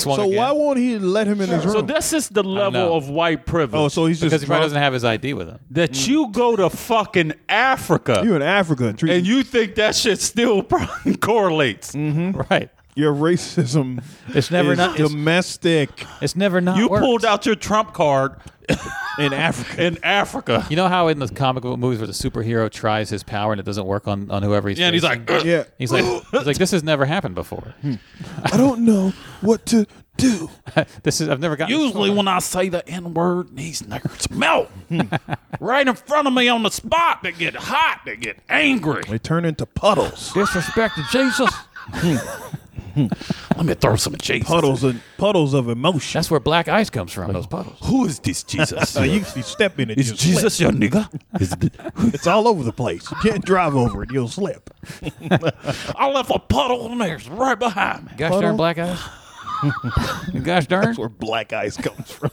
Swung So again. why won't he let him in his room? So this is the know. level of white privilege. oh, so he's just because he probably drunk. doesn't have his ID with him. that you go to fucking Africa you in Africa. Treat, and you think that shit still <laughs> probably correlates. Right. your racism <laughs> It's never is not. It's, domestic it's never not. You worked. pulled out your Trump card in Africa. <laughs> in Africa. You know how in the comic book movies where the superhero tries his power and it doesn't work on, on whoever he's Yeah, and he's facing? like, "Ugh." Yeah. he's <laughs> like he's like this has never happened before. I don't know what to do. this is I've never gotten this usually far. when I say the N word, these niggas <laughs> melt right in front of me on the spot. They get hot. They get angry. They turn into puddles. disrespect to Jesus. Let me throw some Jesus. Puddles and puddles of emotion. That's where black ice comes from. Those puddles. Who is this Jesus? <laughs> So <laughs> you, you step in it, is you'll slip. Jesus your nigga? Is th- It's all over the place. You can't drive over it; you'll slip. I left a puddle and there's right behind me. Gosh Puddle? darn black <laughs> ice. Gosh darn. That's where black ice comes from.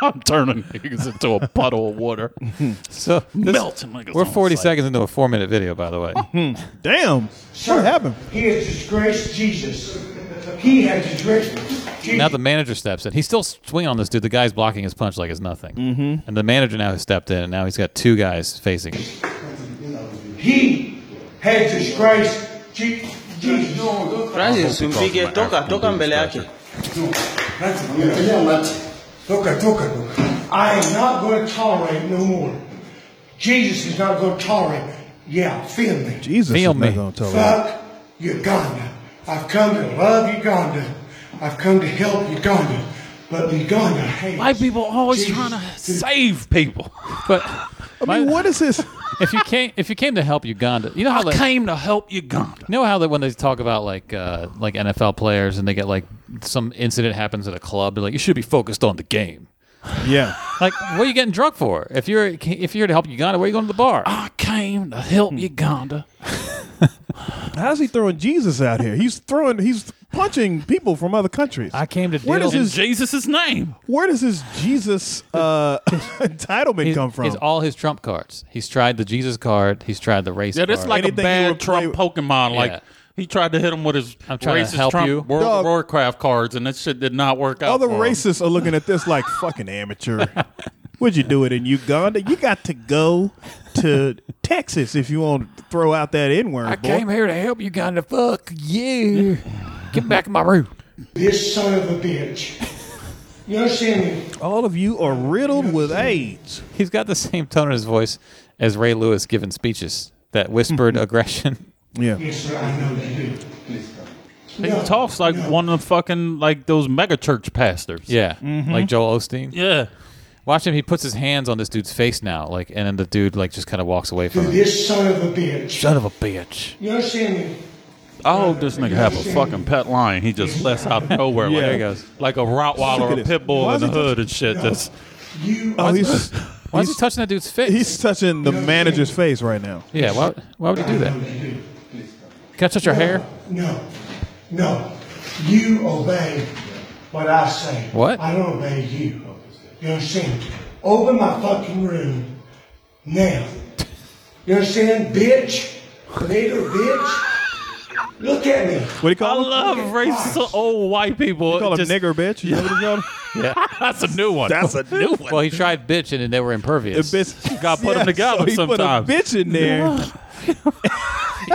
I'm turning niggas into a puddle of water. <laughs> So this- Melting niggas. we're on 40 sight. seconds into a four minute video, by the way. <laughs> Damn, Sir, what happened? He has disgraced Jesus. He has disgraced Jesus. now the manager steps in. He's still swinging on this dude. The guy's blocking his punch like it's nothing. Mm-hmm. And the manager now has stepped in, and now he's got two guys facing him. He had disgraced Je- Jesus. No, Francis, umpige, toka, toka mbele yake. I am not going to tolerate no more. Jesus is not going to tolerate me. Yeah, feel me. Jesus Feel is not me. gonna tell that. Fuck Uganda. I've come to love Uganda. I've come to help Uganda. But Uganda hates. White people always Jesus. trying to save people. But I mean, what is this? if you came if you came to help Uganda, you know how I Oh, like, came to help Uganda. You know how that when they talk about like uh, like NFL players and they get like some incident happens at a club, they're like, you should be focused on the game. Yeah, Like, what are you getting drunk for? If you're if you're to help Uganda, where are you going to the bar? Oh, I came to help Uganda. <laughs> how's he throwing Jesus out here? He's throwing, he's punching people from other countries. I came to Where deal. does his- In Jesus' name. Where does his Jesus uh, <laughs> entitlement his- come from? his- all his trump cards. He's tried the Jesus card. He's tried the race. Yeah, that's card. like Anything a you bad would Trump play- Pokemon. Yeah. Like he tried to hit him with his I'm trying to racist help Trump you. World Dog. of Warcraft cards, and that shit did not work out. Other for him. racists are looking at this like fucking <laughs> amateur. Would you do it in Uganda? You got to go to Texas if you want to throw out that N word. here to help Uganda. Fuck you. Get back in my room. this son of a bitch. You understand me? All of you are riddled with AIDS. <laughs> He's got the same tone in his voice as Ray Lewis giving speeches. That <laughs> whispered aggression. Yeah. Yes, sir, I know you do. He talks like one of the fucking like those mega church pastors. Yeah, like Joel Osteen. yeah. Watch him. He puts his hands on this dude's face now, like, and then the dude like just kind of walks away from him. This son of a bitch. Son of a bitch. You understand me? I hope this nigga have a fucking pet lion. He just lets out of nowhere. Yeah. like, he goes, like a Rottweiler or a this. pit bull Why in is the he just- hood and shit. Just You Oh, <laughs> he's Why is he touching that dude's face? he's touching the manager's face right now. yeah. Why, why would he do that? <laughs> Can I touch your hair? No, no. You obey what I say. What? I don't obey you. You understand? Open my fucking room now. You understand, bitch? Later, bitch. Look at me. What do you I call him? love racist old white people. Call him Just- nigger bitch. You know what he <laughs> called him? That's a new one. <laughs> That's a new one. Well, he tried <laughs> bitch and then they were The impervious. bitch. Gotta put 'em together so he sometimes. put a bitch in there. he put a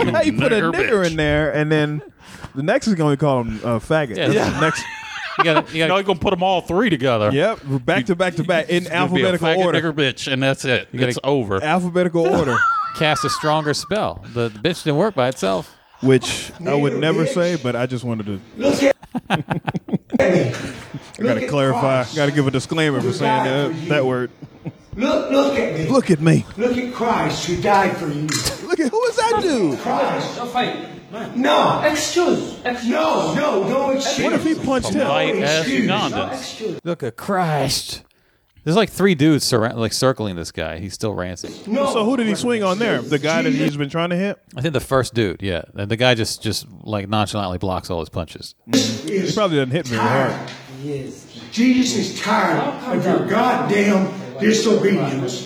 nigger nigger bitch. in there, and then <laughs> the next is going to call him uh, faggot. Yeah. That's the next. You gotta, you <laughs> Now gotta, you're gonna put them all three together. Yep, back to back to back in You'll be a alphabetical faggot, order. nigger, bitch, and that's it. gotta- it's <laughs> over. Alphabetical order, cast a stronger spell. The, the bitch didn't work by itself. which I would Nigger never bitch. say, but I just wanted to. Look at me. <laughs> I got to clarify. Got to give a disclaimer for saying that, that word. Look, look at me. Look at me. Look at Christ who died for you. Look at who is that dude? Christ. No. Excuse. No, no, no excuse. What if he punched him? White ass Excuse. Ugandans. Look at Christ. There's like three dudes surra- like circling this guy. He's still ranting. No. So who did he swing on there? The guy that he's been trying to hit. I think the first dude, yeah. And the guy just just like nonchalantly blocks all his punches. He probably doesn't hit very hard. Jesus is tired of your goddamn disobedience.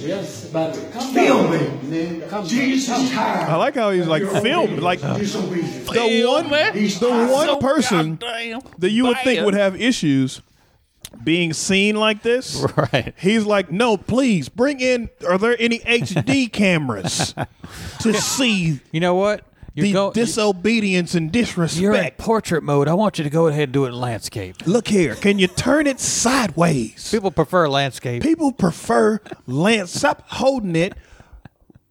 Film me. Jesus is tired. I like how he's like filmed. Like the disobedience. one, He's the tired. one person Damn. that you would think would have issues being seen like this. <laughs> Right. He's like, no, please bring in. Are there <laughs> any HD cameras to see You know what? You're the go- disobedience and you're in disrespect? portrait mode. I want you to go ahead and do it in landscape. Look here. Can you turn it sideways? People prefer landscape. People prefer Lance. Stop holding it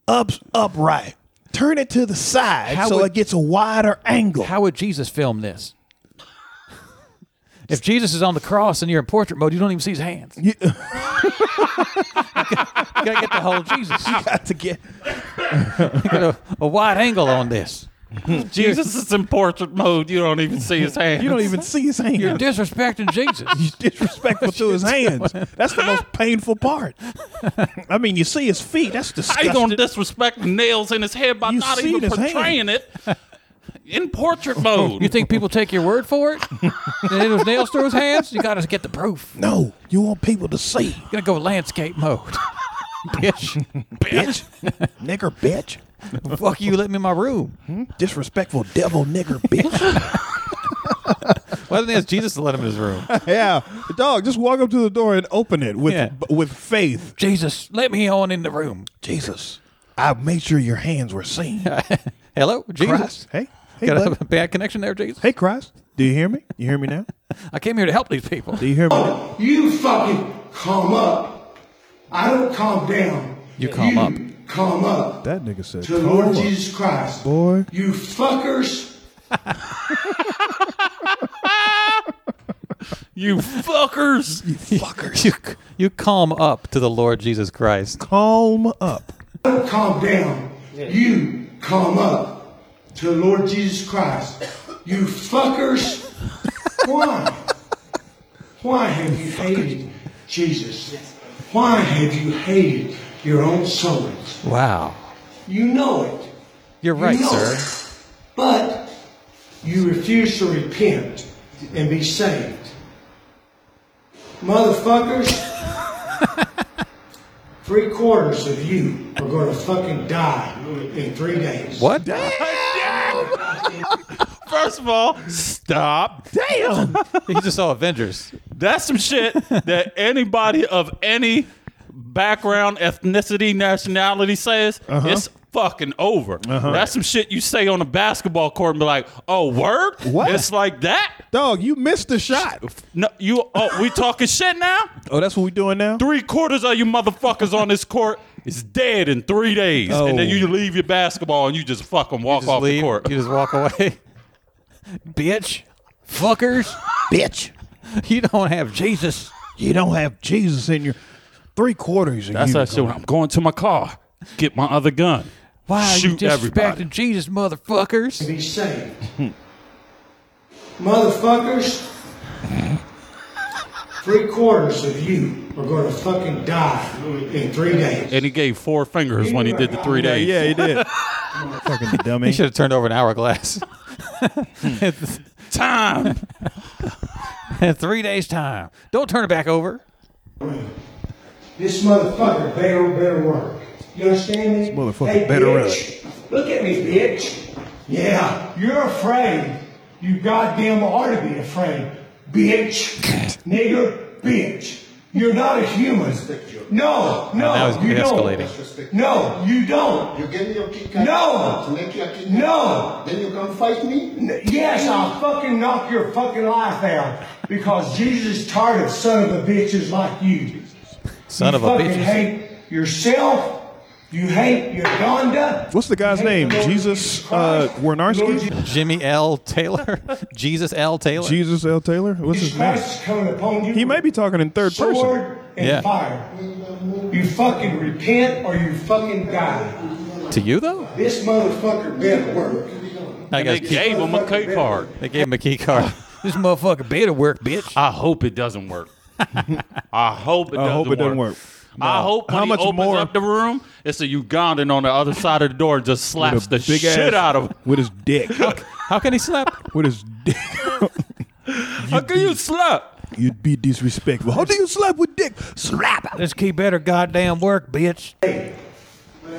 up upright. Turn it to the side How so would- it gets a wider angle. <laughs> How would Jesus film this? If Jesus is on the cross and you're in portrait mode, you don't even see his hands. <laughs> You, gotta get the whole Jesus. You got to get got a, a wide angle on this. Jesus is in portrait mode. You don't even see his hand. <laughs> you <laughs> don't even see his hands. You're disrespecting <laughs> Jesus. disrespectful to <laughs> his hands. That's the most painful part. I mean, you see his feet. <laughs> That's How you disgusting. gonna disrespect the nails in his head by You not see even his hand. <laughs> portraying it in portrait mode? You think people take your word for it? and then those nails through his hands? You gotta get the proof. no, you want people to see, Gonna go landscape mode. <laughs> Bitch. bitch, nigger, bitch, Fuck you, let me in my room. disrespectful devil, <laughs> nigger, bitch. Well, the thing is, Jesus let him in his room. yeah, dog, just walk up to the door and open it with Yeah. with faith. <laughs> Jesus, let me on in the room. Jesus, I made sure your hands were <laughs> seen. Hello, Jesus. Christ, hey, hey, Got bud. a <laughs> bad connection there, Jesus. hey, Christ, do you hear me? You hear me now? I came here to help these <laughs> people. Do you hear me? Now? You fucking calm up. I don't calm down. You calm up. Calm up. That nigga said, to the Lord "Come on." Jesus Christ. Boy. You fuckers. you fuckers. fuckers, You, you calm up to the Lord Jesus Christ. calm up." Don't calm down. You calm up to the Lord Jesus Christ. You fuckers. Why? Why have you hated Jesus? Why have you hated your own souls? Wow. You know it. You're right, you know sir. It. But you refuse to repent and be saved. <laughs> Motherfuckers, three quarters of you are going to fucking die in three days. What? First of all, stop. <laughs> Damn. he just saw Avengers. That's some shit that anybody of any background, ethnicity, nationality says, it's fucking over. That's some shit you say on a basketball court and be like, "Oh, word? What? It's like that? Dog, you missed the shot. No, you. Oh, we talking shit now? Oh, that's what we doing now? Three quarters of you motherfuckers on this court." is dead in three days, and then Oh. you leave your basketball and you just fucking walk Just off leave. the court. You just walk <laughs> away. Bitch. Fuckers. Bitch. You don't have Jesus. You don't have Jesus in your three quarters. of That's you to that shit. go. When I'm going to my car, get my other gun. Why are Shoot you everybody. disrespecting Jesus, motherfuckers? be saved. Motherfuckers, three quarters of you are going to fucking die in three days. And he gave four fingers when he did the three Yeah, days. Yeah, he did. <laughs> Fucking dummy. He should have turned over an hourglass. <laughs> Time. <laughs> In three days' time. Don't turn it back over. This motherfucker better better work. You understand me? This motherfucker better bitch. Look at me, bitch. Yeah, you're afraid. You goddamn ought to be afraid, <laughs> bitch, nigger, bitch. You're not a human. No, no, now he's you escalating. don't. No, you don't. You give me your key card. No. To make your key No. Then you come fight me. N- Yes, I'll fucking knock your fucking life out because Jesus is tired of son of a bitches like you. Son you of a fucking bitch. hate yourself. You hate Uganda. What's the guy's You hate name? the Lord Jesus, Jesus uh, Christ. Lord Wernarsky? Jesus Jimmy L. <laughs> Taylor. Jesus L. Taylor. Jesus L. Taylor? What's his name? Christ is coming upon you. He may might be talking in third sword person. and Yeah. fire. You fucking repent or you fucking die. To you, though? This motherfucker better work. I They guess gave him a key card. they gave him a key card. <laughs> this motherfucker better work, bitch. I hope it <laughs> doesn't work. I hope it doesn't I hope it work. doesn't work. I hope when How he much opens more- up the room, it's a Ugandan on the other side of the door and just slaps With a the big ass- shit <laughs> out of him. With his dick. How can he slap? With his dick. <laughs> How can you slap? You'd be disrespectful. How do you slap with dick? Slap! This key better goddamn work, bitch.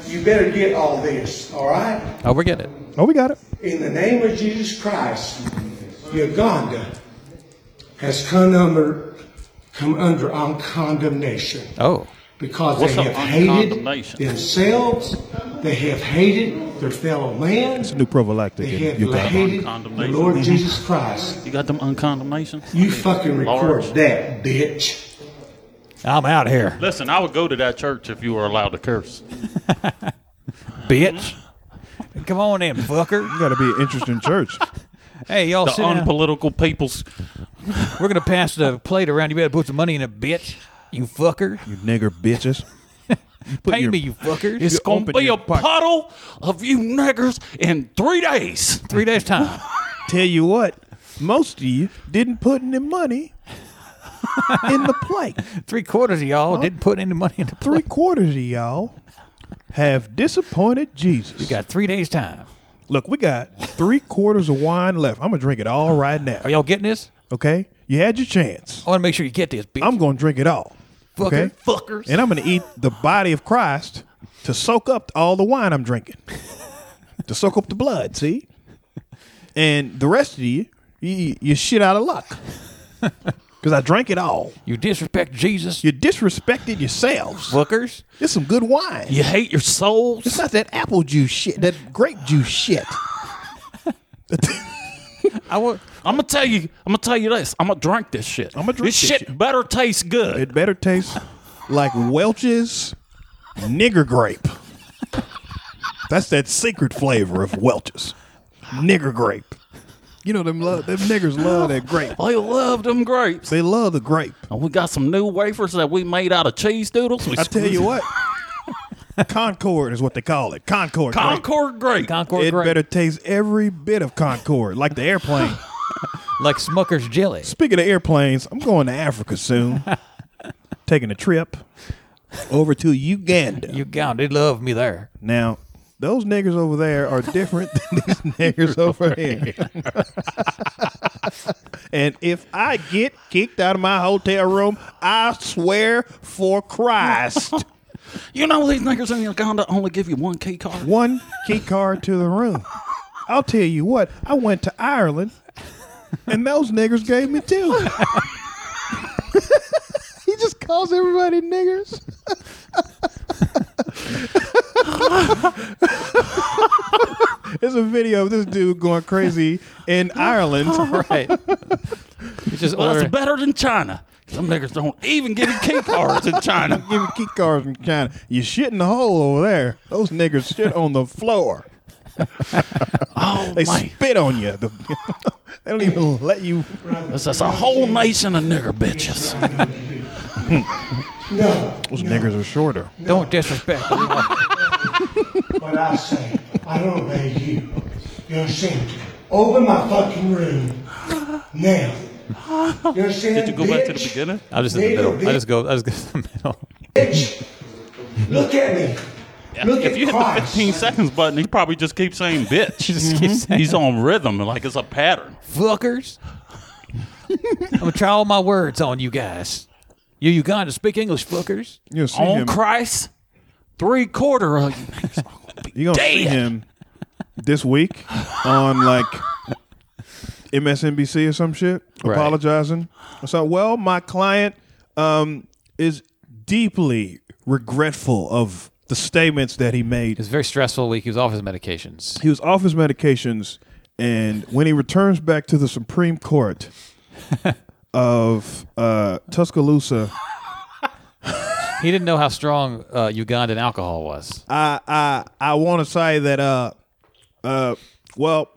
You better get all this, all right? Oh, we're getting it. Oh, we got it. In the name of Jesus Christ, Uganda has come under, come under our condemnation Oh. because What's they up have on hated condemnation? themselves, they have hated their fellow man, It's a new prophylactic. they in have Uganda. hated the Condemnation. Lord Jesus Christ. You got them uncondemnations? You fucking record Large. that, bitch. I'm out here, Listen, I would go to that church if you were allowed to curse. bitch. Come on in, fucker. You gotta be an interesting church. Hey, Oh, y'all The sit down. unpolitical people's We're gonna pass the plate around. You better put some money in it, bitch. You fucker. You nigger bitches. Put Pay your- me, you fuckers. It's It's gonna open be your a pocket. puddle of you niggers in three days. Three days time. Tell you what, most of you didn't put any money in the plate. Three quarters of y'all didn't put any money in the Three plate. quarters of y'all have disappointed Jesus. Got three days time. Look, we got three quarters of wine left. I'm gonna drink it all right now. Are y'all getting this? Okay, you had your chance. I want to make sure you get this, bitch. I'm gonna drink it all. fucker. Okay, Fuckers. and I'm gonna eat the body of Christ to soak up all the wine I'm drinking, <laughs> to soak up the blood. See, and the rest of you, you, you shit out of luck <laughs> because I drank it all. You disrespect Jesus, You disrespected yourselves. fuckers. It's some good wine. You hate your souls. It's not that apple juice shit, that grape <laughs> juice shit. I want. I'm gonna tell you. I'm gonna tell you this. I'm gonna drink this shit. I'ma drink this this shit. shit. Better taste good. It better taste like Welch's nigger grape. That's that secret flavor of Welch's nigger grape. You know them love them niggers love that grape. I Oh, love them grapes. They love the grape. And we got some new wafers that we made out of cheese doodles. We I tell you what, Concord is what they call it. Concord. grape. Concord grape. Concord It grape. better taste every bit of Concord, like the airplane. like Smucker's jelly. Speaking of airplanes, I'm going to Africa <laughs> soon. Taking a trip over to Uganda. You gown, they love me there. Now, those niggers over there are different than <laughs> these niggers over here. <laughs> and if I get kicked out of my hotel room, I swear for Christ, You know these niggas in Uganda only give you one key card. one key card to the room. I'll tell you what, I went to Ireland and those niggers gave me two. he just calls everybody niggers. There's a video of this dude going crazy in <laughs> Ireland. <laughs> right. It's just Well, that's ordering- better than China. Some niggas don't even give you key cards in China. Give me key cards from China. You shit in the hole over there. Those niggas shit on the floor. Oh They my, spit on you. <laughs> The- they don't even let you. that's, that's a whole nation of nigger bitches. No, Those niggas are shorter. Don't disrespect. what I say, I don't obey you. You understand? Open my fucking room now. You understand? Did you go back to the bitch? beginning? I'm just in the Little middle. I just go. I just go <laughs> to the middle. Bitch, look at me. Look if at you hit the Christ. 15 seconds button, he probably just keeps <laughs> saying bitch. He's on rhythm, like it's a pattern. Fuckers. I'm gonna try all my words on you guys. You Uganda speak English, fuckers. You'll see on him. Christ, three quarter of you niggas are gonna be You're gonna see dead. him this week on like MSNBC or some shit, Right. apologizing. So, well, my client um, is deeply regretful of the statements that he made. It was a very stressful week. He was off his medications. He was off his medications, and when he returns back to the Supreme Court of uh, Tuscaloosa, He didn't know how strong uh, Ugandan alcohol was. I I I want to say that uh uh well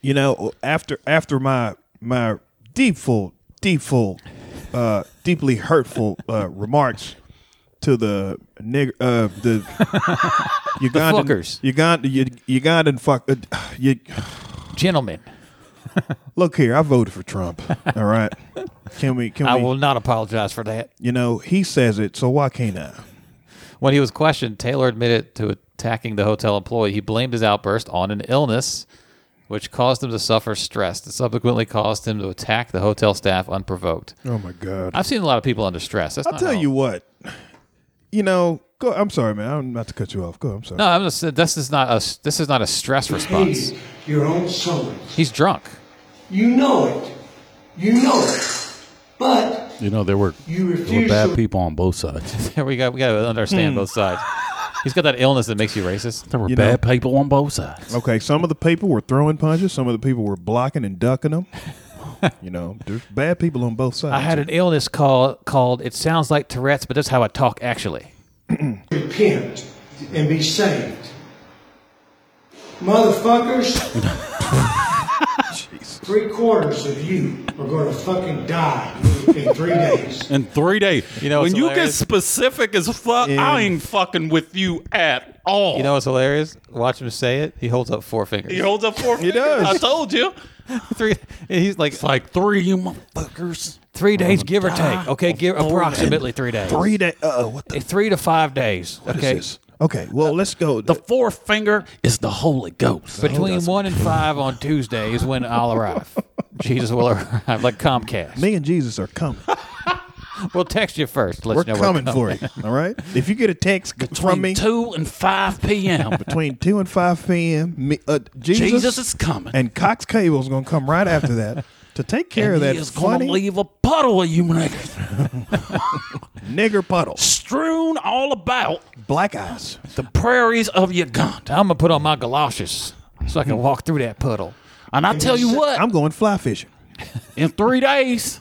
you know after after my my deepful deepful uh deeply hurtful uh remarks to the nigger uh <laughs> the Ugandan fuckers. Uganda Ugandan fuck uh, you, Gentlemen, look here I voted for Trump all right can we can I we will not apologize for that. you know he says it so why can't I When he was questioned, Taylor admitted to attacking the hotel employee. He blamed his outburst on an illness, which caused him to suffer stress that subsequently caused him to attack the hotel staff unprovoked. oh my god I've seen a lot of people under stress. That's I'll not tell how- you what. You know, go. I'm sorry, man. I'm not to cut you off. Go. I'm sorry. No, I'm just. This is not a. This is not a stress response. Hated your own soul. He's drunk. <laughs> You know it. You know it. But You know, there were, you there were refuse bad to people on both sides. There we go. We got to understand Hmm. both sides. He's got that illness that makes you racist. <laughs> <laughs> There were You know- bad people on both sides. Okay. Some of the people were throwing punches. Some of the people were blocking and ducking <laughs> them. you know, there's bad people on both sides. I had an illness called called. It sounds like Tourette's, but that's how I talk actually. repent and be saved. Motherfuckers, three quarters of you are going to fucking die in three days. In three days. You know when what's you hilarious? get specific as fuck, I ain't fucking with you at all. You know what's hilarious? Watch him say it. He holds up four fingers. he holds up four He does. I told you. three. He's like It's like three, you motherfuckers. three days, give or take. Okay, give approximately three days. three days. Uh, what the Eh, Three to five days. f- okay, is this? Okay. Well, let's go. The fourth finger is the Holy Ghost. between one and five on Tuesday is when I'll <laughs> arrive. Jesus will arrive like Comcast. Me and Jesus are coming. We'll text you first. to Let We're you know coming we're for you. All <laughs> right. If you get a text from me two and five p.m. between two and five p.m., me, uh, Jesus, Jesus is coming. and Cox Cable's gonna come right after that to take care of And that he is funny gonna leave a puddle of you niggas nigger puddle, strewn all about black eyes. the prairies of Uganda. I'm gonna put on my galoshes so <laughs> I can walk through that puddle. And I tell you what, I'm going fly fishing. in three days,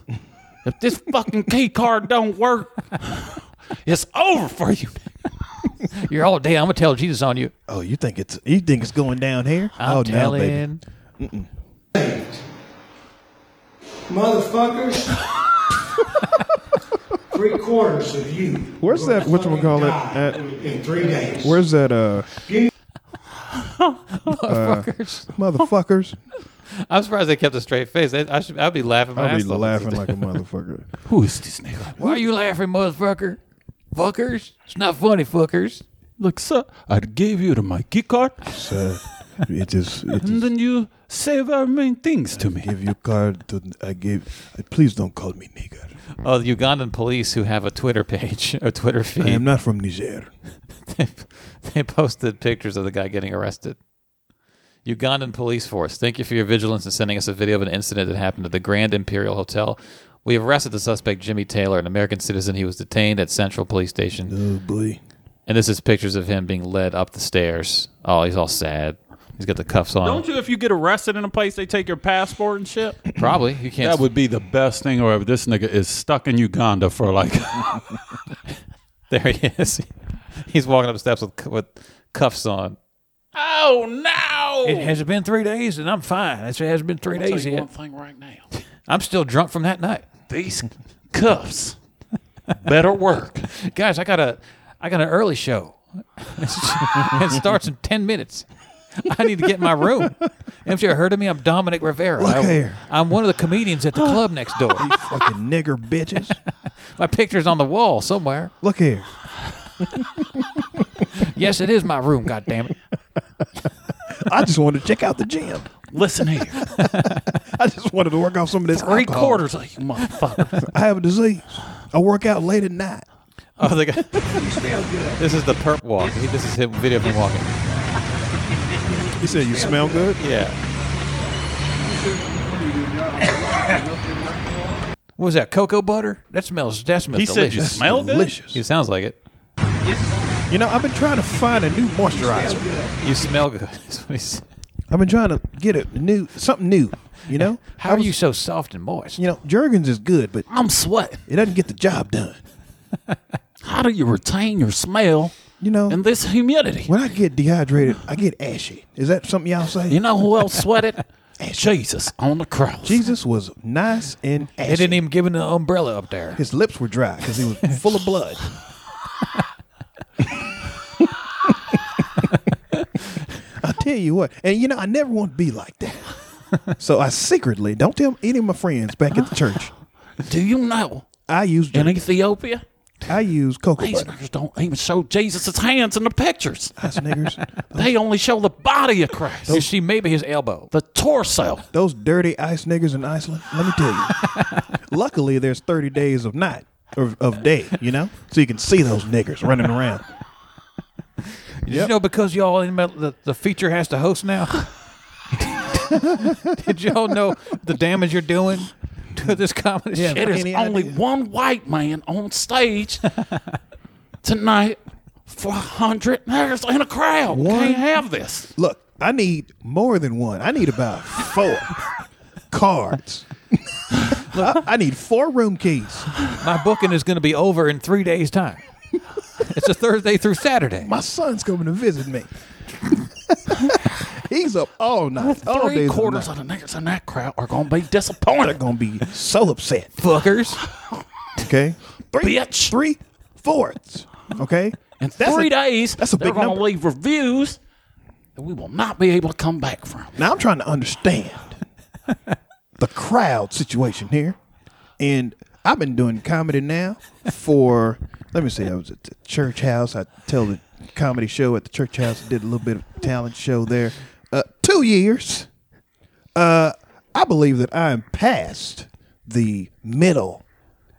if this fucking key card don't work, it's over for you. <laughs> You're all day. I'm gonna tell Jesus on you. Oh, you think it's you think it's going down here? I'm oh, now, telling. baby. Motherfuckers, three quarters of you. Where's are that- gonna whatchamacallit, fucking die at- in three days. Where's that <laughs> uh Motherfuckers. <laughs> motherfuckers? I'm surprised they kept a straight face. I, I should. I'd be laughing. My I'll be ass off. laughing like a motherfucker. Who is this nigga? Why are you laughing, motherfucker? Fuckers. It's not funny, fuckers. Look, sir, I gave you the my key card, So it just it and just <laughs> then you say very mean things to me. give you card to I give I, please don't call me nigger. Oh, the Ugandan police who have a Twitter page, <laughs> a Twitter feed. I am not from Niger. they, they posted pictures of the guy getting arrested. Ugandan police force, thank you for your vigilance in sending us a video of an incident that happened at the Grand Imperial Hotel. We have arrested the suspect, Jimmy Taylor, an American citizen. He was detained at Central Police Station Oh boy. And this is pictures of him being led up the stairs. Oh, he's all sad. He's got the cuffs on. Don't you? If you get arrested in a place, they take your passport and shit. Probably. You can't. That would be the best thing or ever. This nigga is stuck in Uganda for like. There he is. <laughs> He's walking up steps with with cuffs on. oh no! It has been three days, and I'm fine. It has been 3 days One yet. thing right now. I'm still drunk from that night, These cuffs better work. <laughs> guys. I got a, I got an early show. <laughs> it starts in ten minutes. I need to get my room. Haven't you heard of me? I'm Dominic Rivera. Look I, here. I'm one of the comedians at the club next <gasps> door. Fucking nigger bitches. My picture's on the wall somewhere. Look here. Yes, it is my room. God damn it! I just wanted to check out the gym. Listen here, I just wanted to work off some of this three alcohol. quarters of you motherfucker. I have a disease. I work out late at night. Oh, the guy. <laughs> this is the perp walk. He- This is him video of him walking. You said you smell good? Yeah. What was that? Cocoa butter? That smells. That smells He said delicious. you smell good. Delicious. It sounds like it. You know, I've been trying to find a new moisturizer. You smell good. <laughs> That's what he said. I've been trying to get a new something new. You <laughs> know, How are you so soft and moist? you know, Jergens is good, but I'm sweating. it doesn't get the job done. <laughs> How do you retain your smell You know, in this humidity? when I get dehydrated, I get ashy. Is that something y'all say? You know who else sweated? Jesus on the cross. Jesus was nice and ashy. They didn't even give him an umbrella up there. His lips were dry because he <laughs> was full of blood. I tell you what, and you know, I never want to be like <laughs> that. So I secretly don't tell any of my friends back at the church. Do you know I use Mm-hmm. in Ethiopia? I use cocoa These butter. niggas don't even show Jesus' hands in the pictures. That's niggers. <laughs> They only show the body of Christ, You see, maybe his elbow. the torso. Those dirty ice niggers in Iceland. Let me tell you. <laughs> Luckily, there's 30 days of night of, of day. You know, so you can see those niggers running around. Did You know, because y'all in metal- the, the feature has to host now. <laughs> Did y'all know the damage you're doing to this comedy? Yeah. shit? It is Any only idea? one white man <laughs> on stage tonight for a hundred niggas in a crowd. One? Can't have this. Look, I need more than one. I need about <laughs> four cards. <laughs> I, I need four room keys. My booking is going to be over in three days' time. It's a Thursday through Saturday. My son's coming to visit <laughs> me. He's up all night. all Three days quarters of of the the niggas in that crowd are gonna be night. <laughs> They're disappointed, gonna be so upset. fuckers. Okay, bitch. three fourths. Okay, In That's three a- days, that's a they're big gonna number. leave reviews that we will not be able to come back from. Now I'm trying to understand the crowd situation here. And I've been doing comedy now for, let me see, I was at the church house. I tell the comedy show at the church house. did a little bit of talent show there. Uh, two years. Uh, I believe that I'm past the middle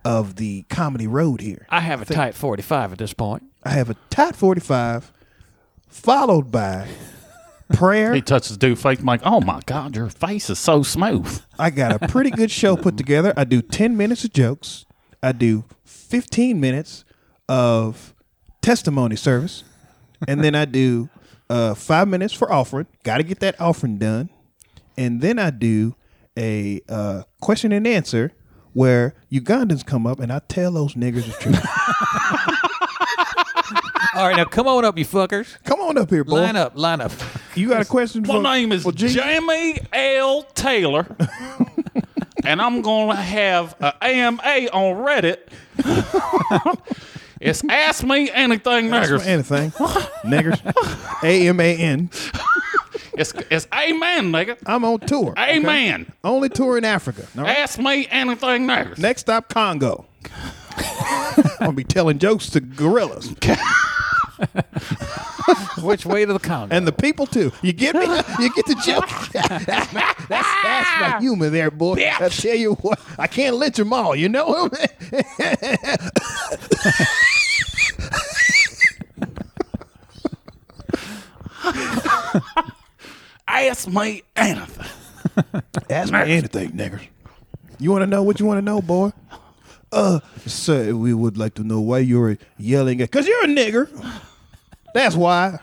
of the comedy road here. I have a tight 45 at this point. I have a tight 45 followed by prayer. He touches dude face, like, oh my god, your face is so smooth. I got a pretty good show <laughs> put together. I do 10 minutes of jokes. I do 15 minutes of testimony service. And then I do uh, five minutes for offering. Got to get that offering done. And then I do a uh, question and answer where Ugandans come up and I tell those niggers the <laughs> truth. All right, now come on up, you fuckers. come on up here, boy. Line up, line up. You got a question My for name is for G? Jamie L. Taylor, <laughs> and I'm gonna have an AMA on Reddit. it's ask me anything, Ask me niggers. <laughs> Anything. niggers. A M A N. It's it's amen, nigga. I'm on tour. okay? Amen. Only tour in Africa. all right? Ask me anything, niggers. Next stop, Congo. I'm gonna be telling jokes to gorillas Which way to the Congo? and the people too. You get me? You get the <laughs> joke? that's, my, that's, that's my humor there, boy. I Bitch. tell you what, I can't lynch them all. You know him? Ask me anything. Ask me anything, niggers. You want to know what you want to know, boy? Uh, sir, we would like to know why you're yelling at. Cause you're a nigger. That's why.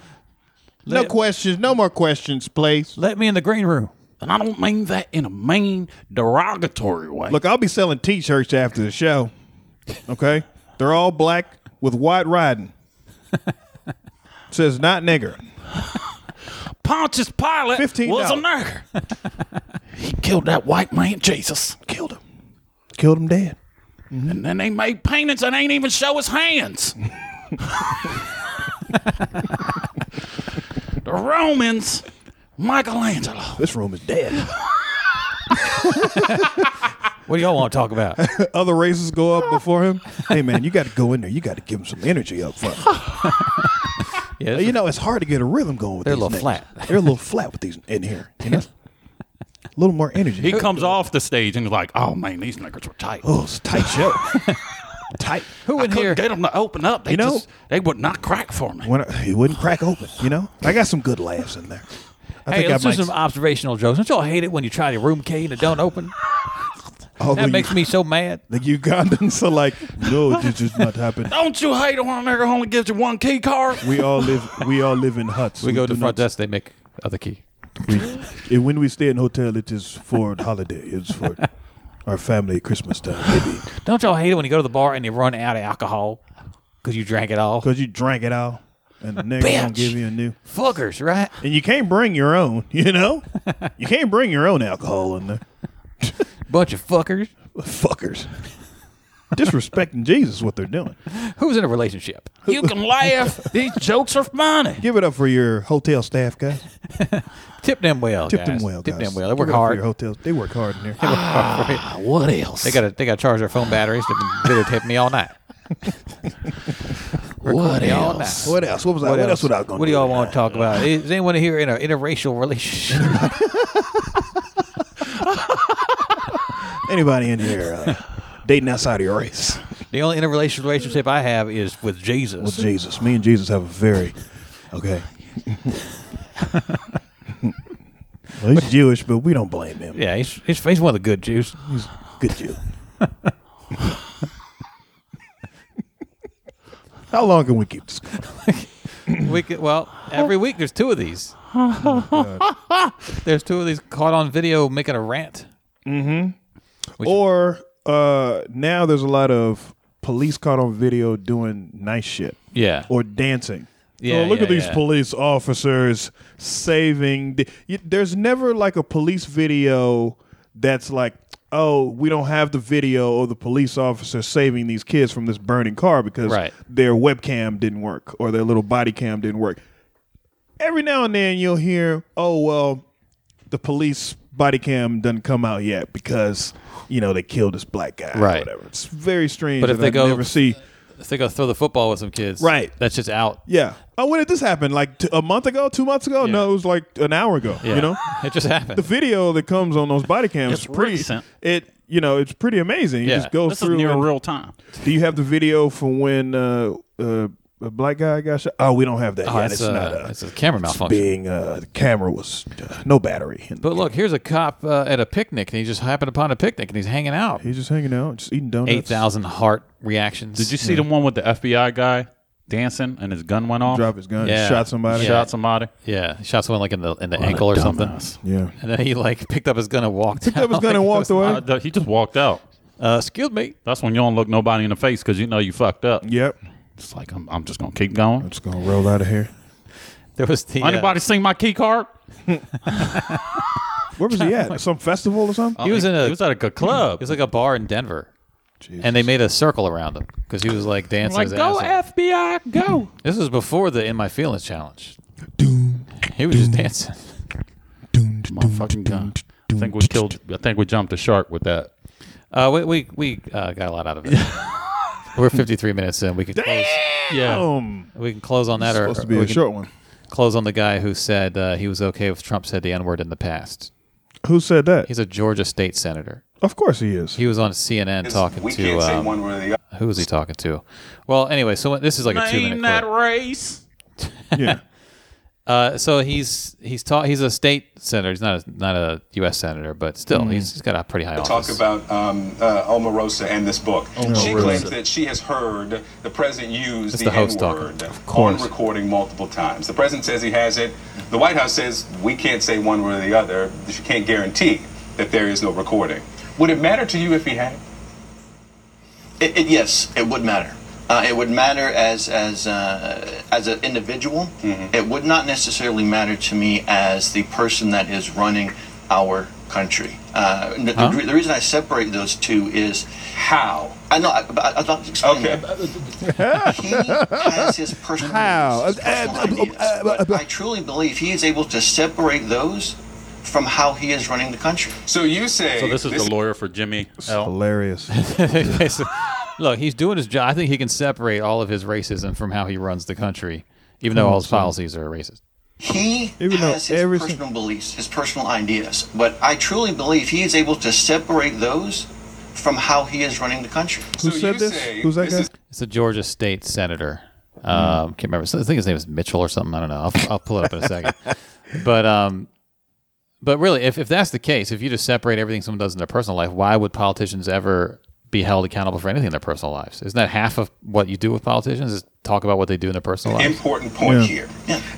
No questions. No more questions, please. Let me in the green room. And I don't mean that in a mean, derogatory way. Look, I'll be selling T-shirts after the show. Okay, they're all black with white <laughs> riding. Says not nigger. Pontius Pilate $15. was a <laughs> nigger. he killed that white man, Jesus. Killed him. Killed him dead. And then they made paintings that ain't even show his <laughs> hands. the Romans, Michelangelo. This room is dead. What do y'all want to talk <laughs> about? Other races go up before him. Hey man, you got to go in there. You got to give him some energy up front. <laughs> Yeah, you know, it's hard to get a rhythm going with They're a these little niggas. flat. They're a little flat with these in here. You know, a little more energy. He comes off the stage and he's like, oh man, these niggas were tight. oh, it's a <laughs> tight show. tight. who I in couldn't here? get them to open up. They You know- just, they would not crack for me. When I, he wouldn't crack open. You know, I got some good laughs in there. I Hey, let's I do some observational jokes. Don't y'all hate it when you try the room key and it don't <laughs> open? although That you- makes me so mad. The Ugandans are like, no, this is not happening. Don't you hate it when a nigga only gives you one <laughs> key card? We all live. We all live in huts. We go to do the front not- desk, they make other key. <laughs> we- and when we stay in hotel, it is for holiday. It's <laughs> for our family Christmas time, maybe Don't y'all hate it when you go to the bar and you run out of alcohol because you drank it all? because you drank it all, and the nigga Bitch. don't give you a new. Fuckers, right? And you can't bring your own. <laughs> You know, you can't bring your own alcohol in there. Bunch of <laughs> fuckers. Fuckers. Disrespecting Jesus, what they're doing. Who's in a relationship? You can laugh. <laughs> These jokes are funny. Give it up for your hotel staff, guys. Tip them well, Tip guys. them well, Tip guys. them well. They Give work it up for hard. Ah, Your hotels. They work hard in there. What else? They gotta they gotta charge their phone batteries. They've been videotaping me all <laughs> night. what Me all else? night. what else? What was I? What, else was I going to What do y'all want to talk <laughs> about? Is anyone here in an interracial relationship? <laughs> Anybody in here uh, dating outside of your race? the only interracial relationship I have is with Jesus. Well, Jesus. Me and Jesus have a very okay. <laughs> well, he's Jewish, but we don't blame him. yeah, he's, he's he's one of the good Jews. He's a good Jew. <laughs> How long can we keep this? going? We could, well, every week there's two of these. <laughs> there's two of these caught on video making a rant. Or uh, now there's a lot of police caught on video doing nice shit. Yeah. Or dancing. Yeah, oh, look yeah, at these yeah. police officers saving. The, you, there's never like a police video that's like, oh, we don't have the video of the police officer saving these kids from this burning car because Right. their webcam didn't work or their little body cam didn't work. Every now and then you'll hear, oh, well, the police body cam doesn't come out yet because you know they killed this black guy Right. or whatever. It's very strange. But if and they I go- never see, If they go throw the football with some kids, Right. That's just out. yeah. Oh, when did this happen? Like t- a month ago, two months ago? No, it was like an hour ago. Yeah. You know, it just happened. the video that comes on those body cams It's is pretty. recent. It you know it's pretty amazing. It Yeah. just goes This is through. near and- real time. do you have the video from when uh, uh, a black guy got shot? Oh, we don't have that Oh, yet. that's It's a- not. Uh, that's a camera it's malfunction. Being uh, the camera was uh, no battery. And but look, here's a cop uh, at a picnic, and he just happened upon a picnic, and he's hanging out. he's just hanging out, just eating donuts. Eight thousand heart reactions. Did you see the one with the FBI guy dancing and his gun went off? Drop his gun. Yeah. Shot somebody. Yeah. Shot somebody. Yeah, he shot someone like in the in the ankle or something. <laughs> Yeah. And then he like picked up his gun and <laughs> walked. Picked up his gun and walked away. Uh, th- he just walked out. Uh, excuse me. That's when you don't look nobody in the face because you know you fucked up. Yep. It's like I'm, I'm just gonna keep going. Just gonna roll out of here. There was the uh, Anybody seen my key card? <laughs> Where was he at? Some festival or something? He was in a. He was at a c- club. It was like a bar in Denver. And they made a circle around him because he was like dancing like his go ass off. FBI, go. This was before the In My Feelings challenge. He was just dancing. Motherfucking gun. I think we killed. I think we jumped a shark with that. Uh, we we, we uh, got a lot out of it. <laughs> We're 53 minutes in. We can close. Yeah, Um, we can close on that, or, supposed to or be we a can short one. close on the guy who said uh, he was okay if Trump said the N word in the past. Who said that? He's a Georgia state senator. Of course he is. He was on CNN talking to. Um, Who was he talking to? Well, anyway, so this is like a two minute clip. race. <laughs> yeah. <laughs> Uh, so he's he's ta- he's a state senator. He's not a, not a U.S. senator, but still, Mm-hmm. he's, he's got a pretty high talk office. Oh, about um, uh, Omarosa and this book. she claims that she has heard the president use That's the, the host talking, N-word of on course. recording multiple times. The president says he has it. The White House says we can't say one way or the other. She can't guarantee that there is no recording. Would it matter to you if he had? it? It, it, yes, it would matter. Uh, it would matter as as uh, as an individual. Mm-hmm. It would not necessarily matter to me as the person that is running our country. Uh, the, the re- the reason I separate those two is How? I know I, I, I thought to Oh, explain Okay. that. he has his personal, How? His Uh, personal uh, ideas, uh, uh, but I truly believe he is able to separate those from how he is running the country. So you say So this is the lawyer for Jimmy Oh. L. Hilarious. <laughs> Look, he's doing his job. I think he can separate all of his racism from how he runs the country, even though all his policies are racist. He <laughs> Even though has his every sing- personal beliefs, his personal ideas, but I truly believe he is able to separate those from how he is running the country. Who So you said this? say Who's that this guy? is- It's a Georgia state senator. Um, can't remember. So I think his name is Mitchell or something. I don't know. I'll, I'll pull it up in a second. But um, but really, if, if that's the case, if you just separate everything someone does in their personal life, why would politicians ever be held accountable for anything in their personal lives? Isn't that half of what you do with politicians? Is talk about what they do in their personal lives? important point here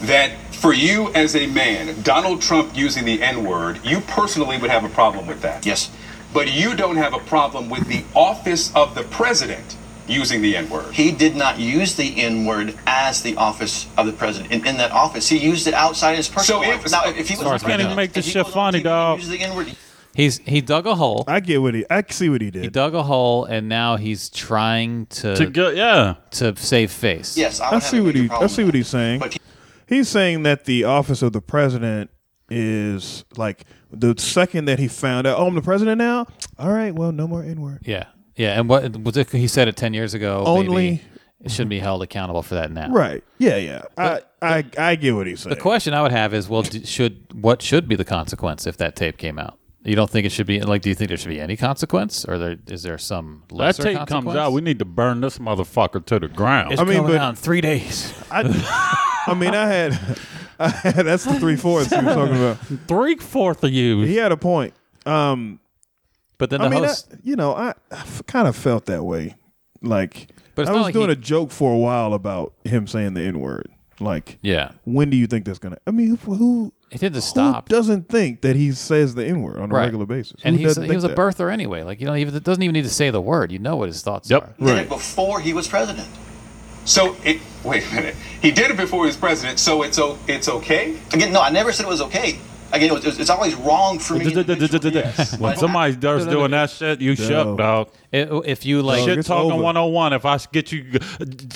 that for you as a man, Donald Trump using the N word, you personally would have a problem with that. Yes. But you don't have a problem with the office of the president using the N word. He did not use the N word as the office of the president. In, in that office, he used it outside his personal So if- life. now, if he was Sorry, I can't even make this if he shit was on funny, TV, dog. He used the N word. He's he dug a hole. I get what he. I see what he He did. dug a hole, and now he's trying to To to, go, yeah. save face. Yes, I, I would have see a what major he. I problem see with what that. he's saying. But he- He's saying that the office of the president is like the second that he found out. Oh, I'm the president now. All right. Well, no more N word. Yeah, yeah. And what was it? He said it ten years ago. Only- maybe it shouldn't be held accountable for that now. Right. Yeah. Yeah. I, I I get what he's saying. The question I would have is, well, d should what should be the consequence if that tape came out? You don't think it should be like? Do you think there should be any consequence, or there is there some That lesser tape consequence? comes out. We need to burn this motherfucker to the ground. it's I mean, coming but- out in three days. I, I mean, I had, <laughs> I had. That's the three fourths he was <laughs> talking about. Three fourth of you. He had a point. But then the I mean, I, host. you know, I, kind of felt that way. Like, But it's I not was like doing he- a joke for a while about him saying the N word. Like, yeah, when do you think that's gonna? I mean, who who, he didn't who stop. doesn't think that he says the N word on a Right. regular basis? and Who he's, doesn't he think was a that? birther anyway. Like you don't even doesn't even need to say the word. You know what his thoughts Yep. are. he did it Right. before he was president. So it wait a minute. He did it before he was president, so it's o- it's okay. Again, no, I never said it was okay. Again, it was, it was- it's always wrong for me. individually. When But- somebody starts doing that shit, you shook, dog. I- if you like, Shit. Shit it's talking over. 101. If I get you,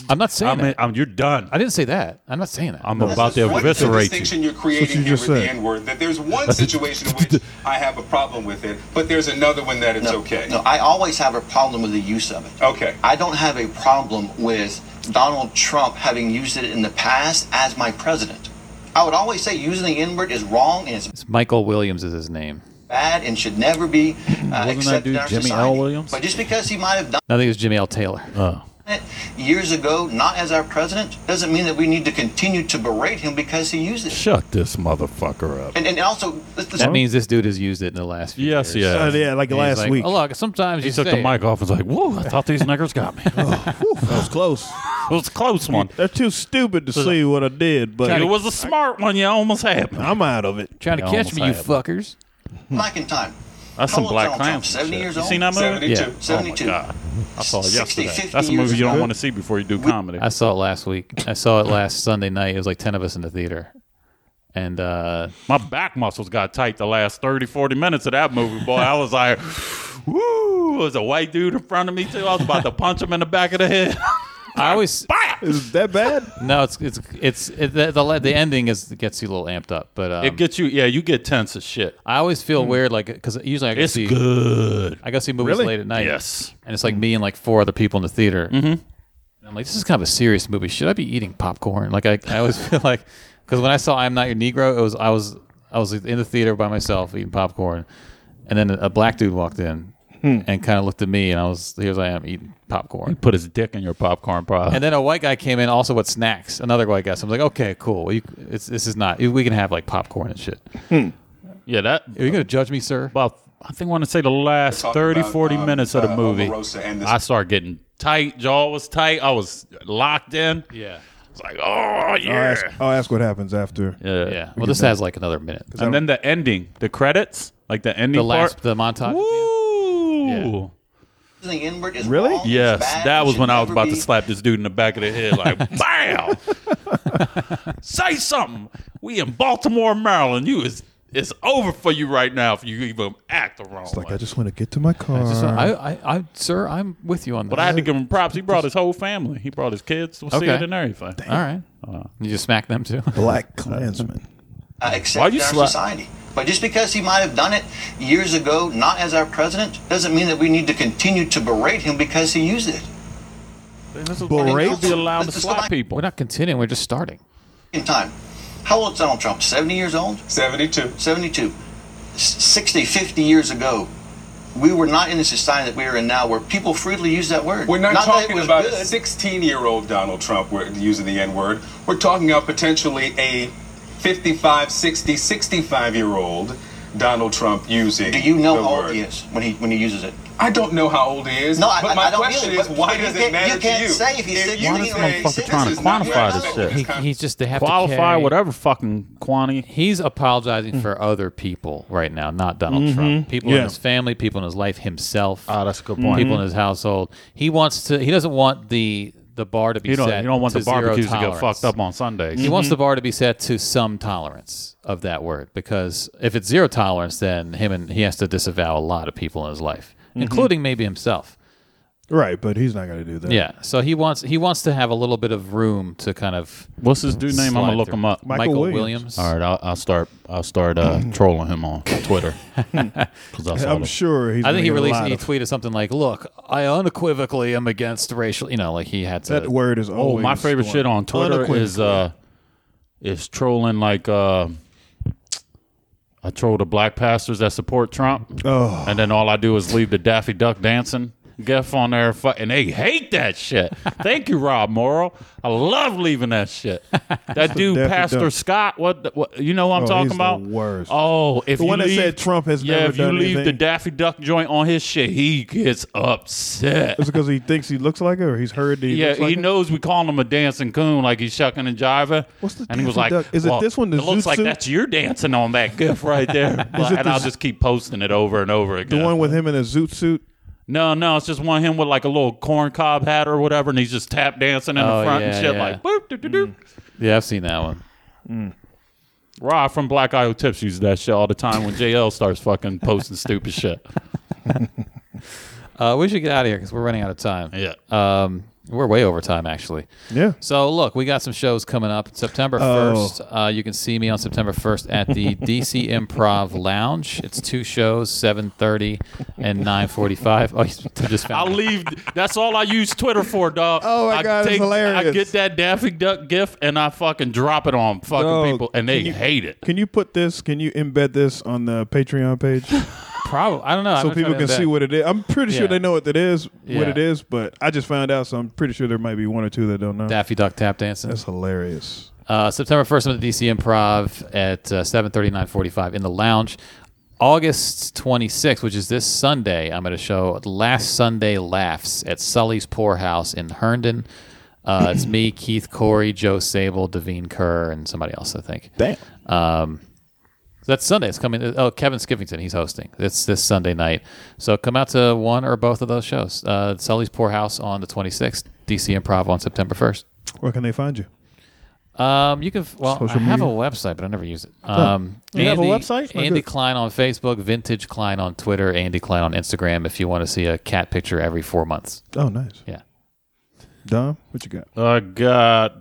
I'm not saying I'm, that. I'm you're done. I didn't say that. I'm not saying that. I'm about to What is the eviscerate you. distinction you're creating you here just with the said. N word? That <laughs> there's one situation in which I have a problem with it, but there's another one that it's no, okay. No, I always have a problem with the use of it. Okay. I don't have a problem with Donald Trump having used it in the past as my president. I would always say using the N word is wrong and it's It's Michael Williams is his name. bad and should <clears throat> never be uh, that accepted dude in our Jimmy L. society. Williams? But just because he might have done I think it was Jimmy L. Taylor. Uh-huh. it years ago, not as our president, doesn't mean that we need to continue to berate him because he used it. Shut this motherfucker up. And, and also, let's, let's that means this dude has used it in the last few Yes, years. yeah. Uh, yeah, like He's last like, week. Oh, look, sometimes He you took the say it." mic off and was like, "Whoa! I thought these <laughs> niggers got me. <laughs> it Whew, that was close. was a close one. <laughs> They're too stupid to see what I did, but It was a smart one. You almost had <laughs> me." I'm out of it. Trying to I catch almost me, you had fuckers. back in time. That's How some old Black Donald Trump? Klansman 70 shit. years You old? seen that 72. movie? Yeah. Oh 72. my god! I saw it 60, yesterday. 50 That's a movie years you don't ago. want to see before you do comedy. I saw it last week. I saw it last Sunday night. It was like 10 of us in the theater. And uh, My back muscles got tight the last 30, 40 minutes of that movie, boy. I was like, <sighs> woo. There's a white dude in front of me, too. I was about to punch him in the back of the head. I always Is that bad? no, it's it's it's it, the, the the ending is gets you a little amped up, but um, <laughs> It gets you, yeah, you get tense as shit. I always feel weird like because usually I go It's see good. I go see movies Really? late at night. Yes. and it's like me and like four other people in the theater. Mm-hmm. And I'm like, this is kind of a serious movie. Should I be eating popcorn? Like I, I always <laughs> feel like because when I saw I'm Not Your Negro, it was I was I was in the theater by myself eating popcorn, and then a black dude walked in. and kind of looked at me, and I was here's I am eating popcorn. Put his dick in your popcorn, probably. And then a white guy came in also with snacks. Another white guy. So I'm like, okay, cool. You, it's, this is not. We can have like popcorn and shit. yeah, that. Are you gonna judge me, sir? About, I think I want to say the last Talk 30, about, 40 um, minutes of the uh, movie. Omarosa and this- I started getting tight. Jaw was tight. I was locked in. Yeah. It's like, oh, I'll, yeah. ask, I'll ask what happens after. yeah. Yeah. Well, this has like another minute. And then the ending, the credits, like the ending The last part. the montage. Woo. Yeah. Everything inward is Really? wrong, it's Yes, bad, that it was should when I was never about to be. slap this dude in the back of the head, <laughs> like, BAM! <laughs> Say something. We in Baltimore, Maryland. You is it's over for you right now if you even act the wrong It's like way. I just want to get to my car. So I, I, I, sir, I'm with you on this. but I had to give him props. He brought his whole family. He brought his kids. We'll see Okay. it and everything. All right. You just smack them too. Black Klansman. uh, Why accept you in our slap- society. But just because he might have done it years ago, not as our president, doesn't mean that we need to continue to berate him because he used it. This is Berate? Berate? be allowed to This is slap like- people. We're not continuing. We're <laughs> just starting. In time. How old is Donald Trump? 70 years old? 72. 72. S- 60, 50 years ago, we were not in the society that we are in now where people freely use that word. We're not, that talking about a good. 16 year old Donald Trump we're using the N word. We're talking about potentially a 55, 60, 65 year old Donald Trump using Do you know the how old word. he is when he, when he uses it? I don't know how old he is. No, I- but I- my I don't question either, is, but- why but does you it can't- matter you can't to you? say if he's If 16 you or he's say, 60, this trying to is not quantify your this aspect shit. of He, con- he's just they have to Qualify carry- whatever fucking quantity. He's apologizing Mm. for other people right now, not Donald Trump. People in Yeah. his family, people in his life, himself. Mm-hmm. Ah, that's a good point. People in his household. He wants to. He doesn't want the the bar to be You don't, set. you don't want to the zero barbecues to get tolerance. fucked up on Mm-hmm. Sundays. He wants the bar to be set to some tolerance of that word because if it's zero tolerance, then him and he has to disavow a lot of people in his life, Mm-hmm. including maybe himself. Right, but he's not going to do that. Yeah. So he wants he wants to have a little bit of room to kind of What's his dude name? I'm slide gonna look through. him up. Michael, Michael Williams. Williams. All right, I'll, I'll start. I'll <clears throat> start uh, trolling him on Twitter 'Cause I saw I'm the- sure he's. I think he gonna get a released lot he of- tweeted something like, "Look, I unequivocally am against racial." You know, like he had to. That word is Oh, always. my favorite shit on Twitter is uh, is trolling like uh, I troll the black pastors that support Trump, Oh. and then all I do is leave the Daffy Duck dancing gif on there, fu- and they hate that shit. Thank you, Rob Morrow. I love leaving that shit. That dude, Daffy Pastor Duck. Scott. What, the- what you know? What I'm Oh, talking he's the about worst. Oh, if The you one that leave- said Trump has yeah, never if you done leave the anything. Daffy Duck joint on his shit, he gets upset. Is it because he thinks he looks like it, or he's heard that he <laughs> Yeah, looks like he it? knows we call him a dancing coon, like he's shucking and jiving. What's the and he was like, dancing duck? Is it well, this one, the It looks zoot like suit? that's your dancing on that <laughs> gif right there. Like, it and the I'll z- just keep posting it over and over The again. one with him in a zoot suit. no, no, it's just one of him with like a little corn cob hat or whatever, and he's just tap dancing in Oh, the front yeah, and shit, yeah. like boop, doo, doo, Mm. doo. yeah, I've seen that one. Rob from Black Io Tips uses that shit all the time when JL starts fucking posting stupid <laughs> shit. Uh, we should get out of here because we're running out of time. Yeah. Um, we're way over time actually. Yeah. So look, we got some shows coming up. September Oh. first, uh, you can see me on September first at <laughs> the DC Improv Lounge. It's two shows, seven thirty and nine forty-five. Oh, you just I found it. leave. That's all I use Twitter for, dog. Oh, my I God, it's I hilarious. get that Daffy Duck gif and I fucking drop it on fucking Dog, people, and they can you- hate it. Can you put this? Can you embed this on the Patreon page so Probably, I don't know. <laughs> I'm gonna try people to can embed- see what it is? I'm pretty Yeah. sure they know what that is, Yeah. what it is, but I just found out, so I'm pretty sure there might be one or two that don't know. Daffy Duck tap dancing. That's hilarious. Uh, September 1st, I'm at the DC Improv at uh, 7.30, 9.45 in the lounge. August 26th, which is this Sunday, I'm at a show, Last Sunday Laughs at Sully's Poorhouse in Herndon. Uh, it's me, Keith Corey, Joe Sable, Devine Kerr, and somebody else, I think. Damn. So that's Sunday. It's coming. Oh, Kevin Skivington, he's hosting. It's this Sunday night. So come out to one or both of those shows. Uh, Sully's Poorhouse on the 26th, DC Improv on September 1st. Where can they find you? Um, you can. f- Well, Social I have a media? website, but I never use it. Um, You have a website? My Andy good. Klein on Facebook, Vintage Klein on Twitter, Andy Klein on Instagram. If you want to see a cat picture every four months, Oh, nice. yeah. Dom, what you got? I got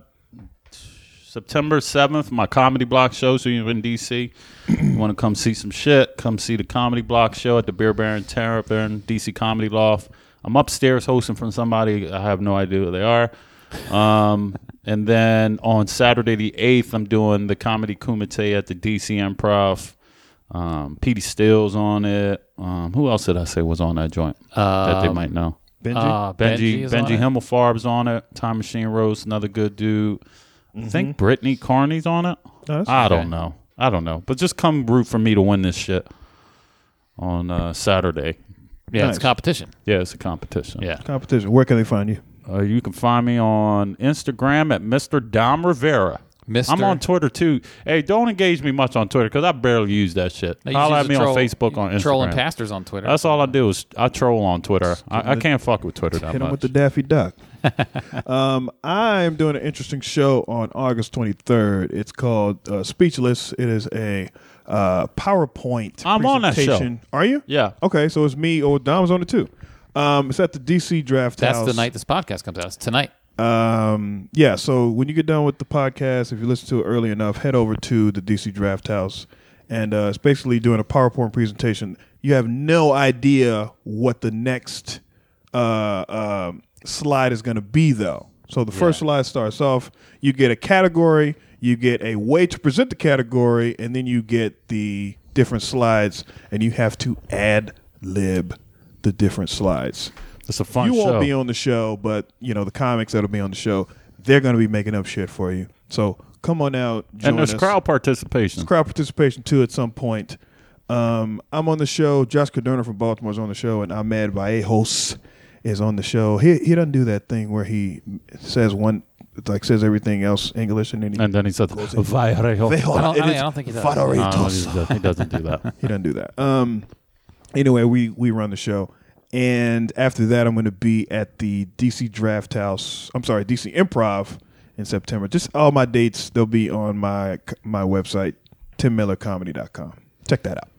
September 7th, my comedy block show. So you're in DC, you want to come see some shit, come see the comedy block show at the Beer Baron Terror Baron DC Comedy Loft. I'm upstairs hosting from somebody. I have no idea who they are. Um, and then on Saturday the 8th, I'm doing the Comedy Kumite at the DC Improv. Um, Petey Stills on it. Um, who else did I say was on that joint that they Um, might know? Benji? uh, Benji Benji, is Benji, on it. Himmelfarb's on it. Time Machine Rose, another good dude. I Mm-hmm. think Brittany Carney's on it. that's I okay. don't know. I don't know. But just come root for me to win this shit on uh, Saturday. Yeah, Nice. it's competition. Yeah, it's a competition. Yeah. Competition. Where can they find you? Uh, you can find me on Instagram at Mr. Dom Rivera. Mr.. I'm on Twitter too. Hey, don't engage me much on Twitter because I barely use that shit. No, you Holler just at me troll- on Facebook, on Instagram. Trolling pastors on Twitter. That's all I do is I troll on Twitter. I, I can't fuck with Twitter that Hit him with much. the Daffy Duck. <laughs> um, I'm doing an interesting show on August 23rd. It's called uh, Speechless. It is a uh, PowerPoint. I'm on that show. presentation. Are you? Yeah. Okay, so it's me. Oh, Dom's on it too. Um, it's at the DC Draft That's House. the night this podcast comes out. It's tonight. Um, yeah, so when you get done with the podcast, if you listen to it early enough, head over to the DC Draft House. And uh, it's basically doing a PowerPoint presentation. You have no idea what the next uh, uh, slide is going to be, though. So the first slide starts off, you get a category, you get a way to present the category, and then you get the different slides, and you have to ad lib the different slides It's a fun you show. won't be on the show, but you know the comics that'll be on the show, they're going to be making up shit for you. So come on out, join and there's us. crowd participation. crowd participation too at some point. Um, I'm on the show. Josh Caderna from Baltimore is on the show, and Ahmed Vallejos is on the show. He he doesn't do that thing where he says one like says everything else English and then he, and then he said, Vallejos. I don't- I It is don't think he does. Vallejos. Uh, he doesn't do that. He doesn't do that. Um. Anyway, we we run the show, and after that, I'm going to be at the DC Draft House. I'm sorry, DC Improv in September. Just all my dates they'll be on my my website, timmillercomedy.com. Check that out.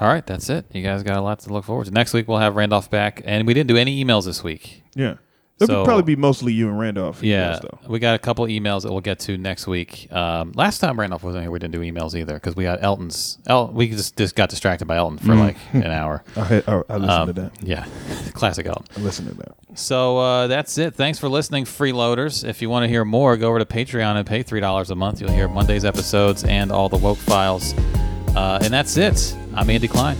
All right, that's it. You guys got a lot to look forward to. Next week we'll have Randolph back, and we didn't do any emails this week. Yeah, it'll So- be, probably be mostly you and Randolph. Yeah, yes, though. we got a couple emails that we'll get to next week. Um, last time Randolph wasn't here, we didn't do emails either because we had Elton's. El- we just just got distracted by Elton Mm. for like an <laughs> hour. I, had- I, I Um, listened to that. Yeah, <laughs> classic Elton. I listened to that. So uh, that's it. Thanks for listening, freeloaders. If you want to hear more, go over to Patreon and pay three dollars a month. You'll hear Monday's episodes and all the woke files. Uh, and that's it. I'm Andy Klein.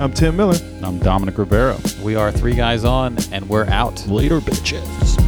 I'm Tim Miller. I'm Dominic Rivera. We are three guys on, and we're out. Later, bitches.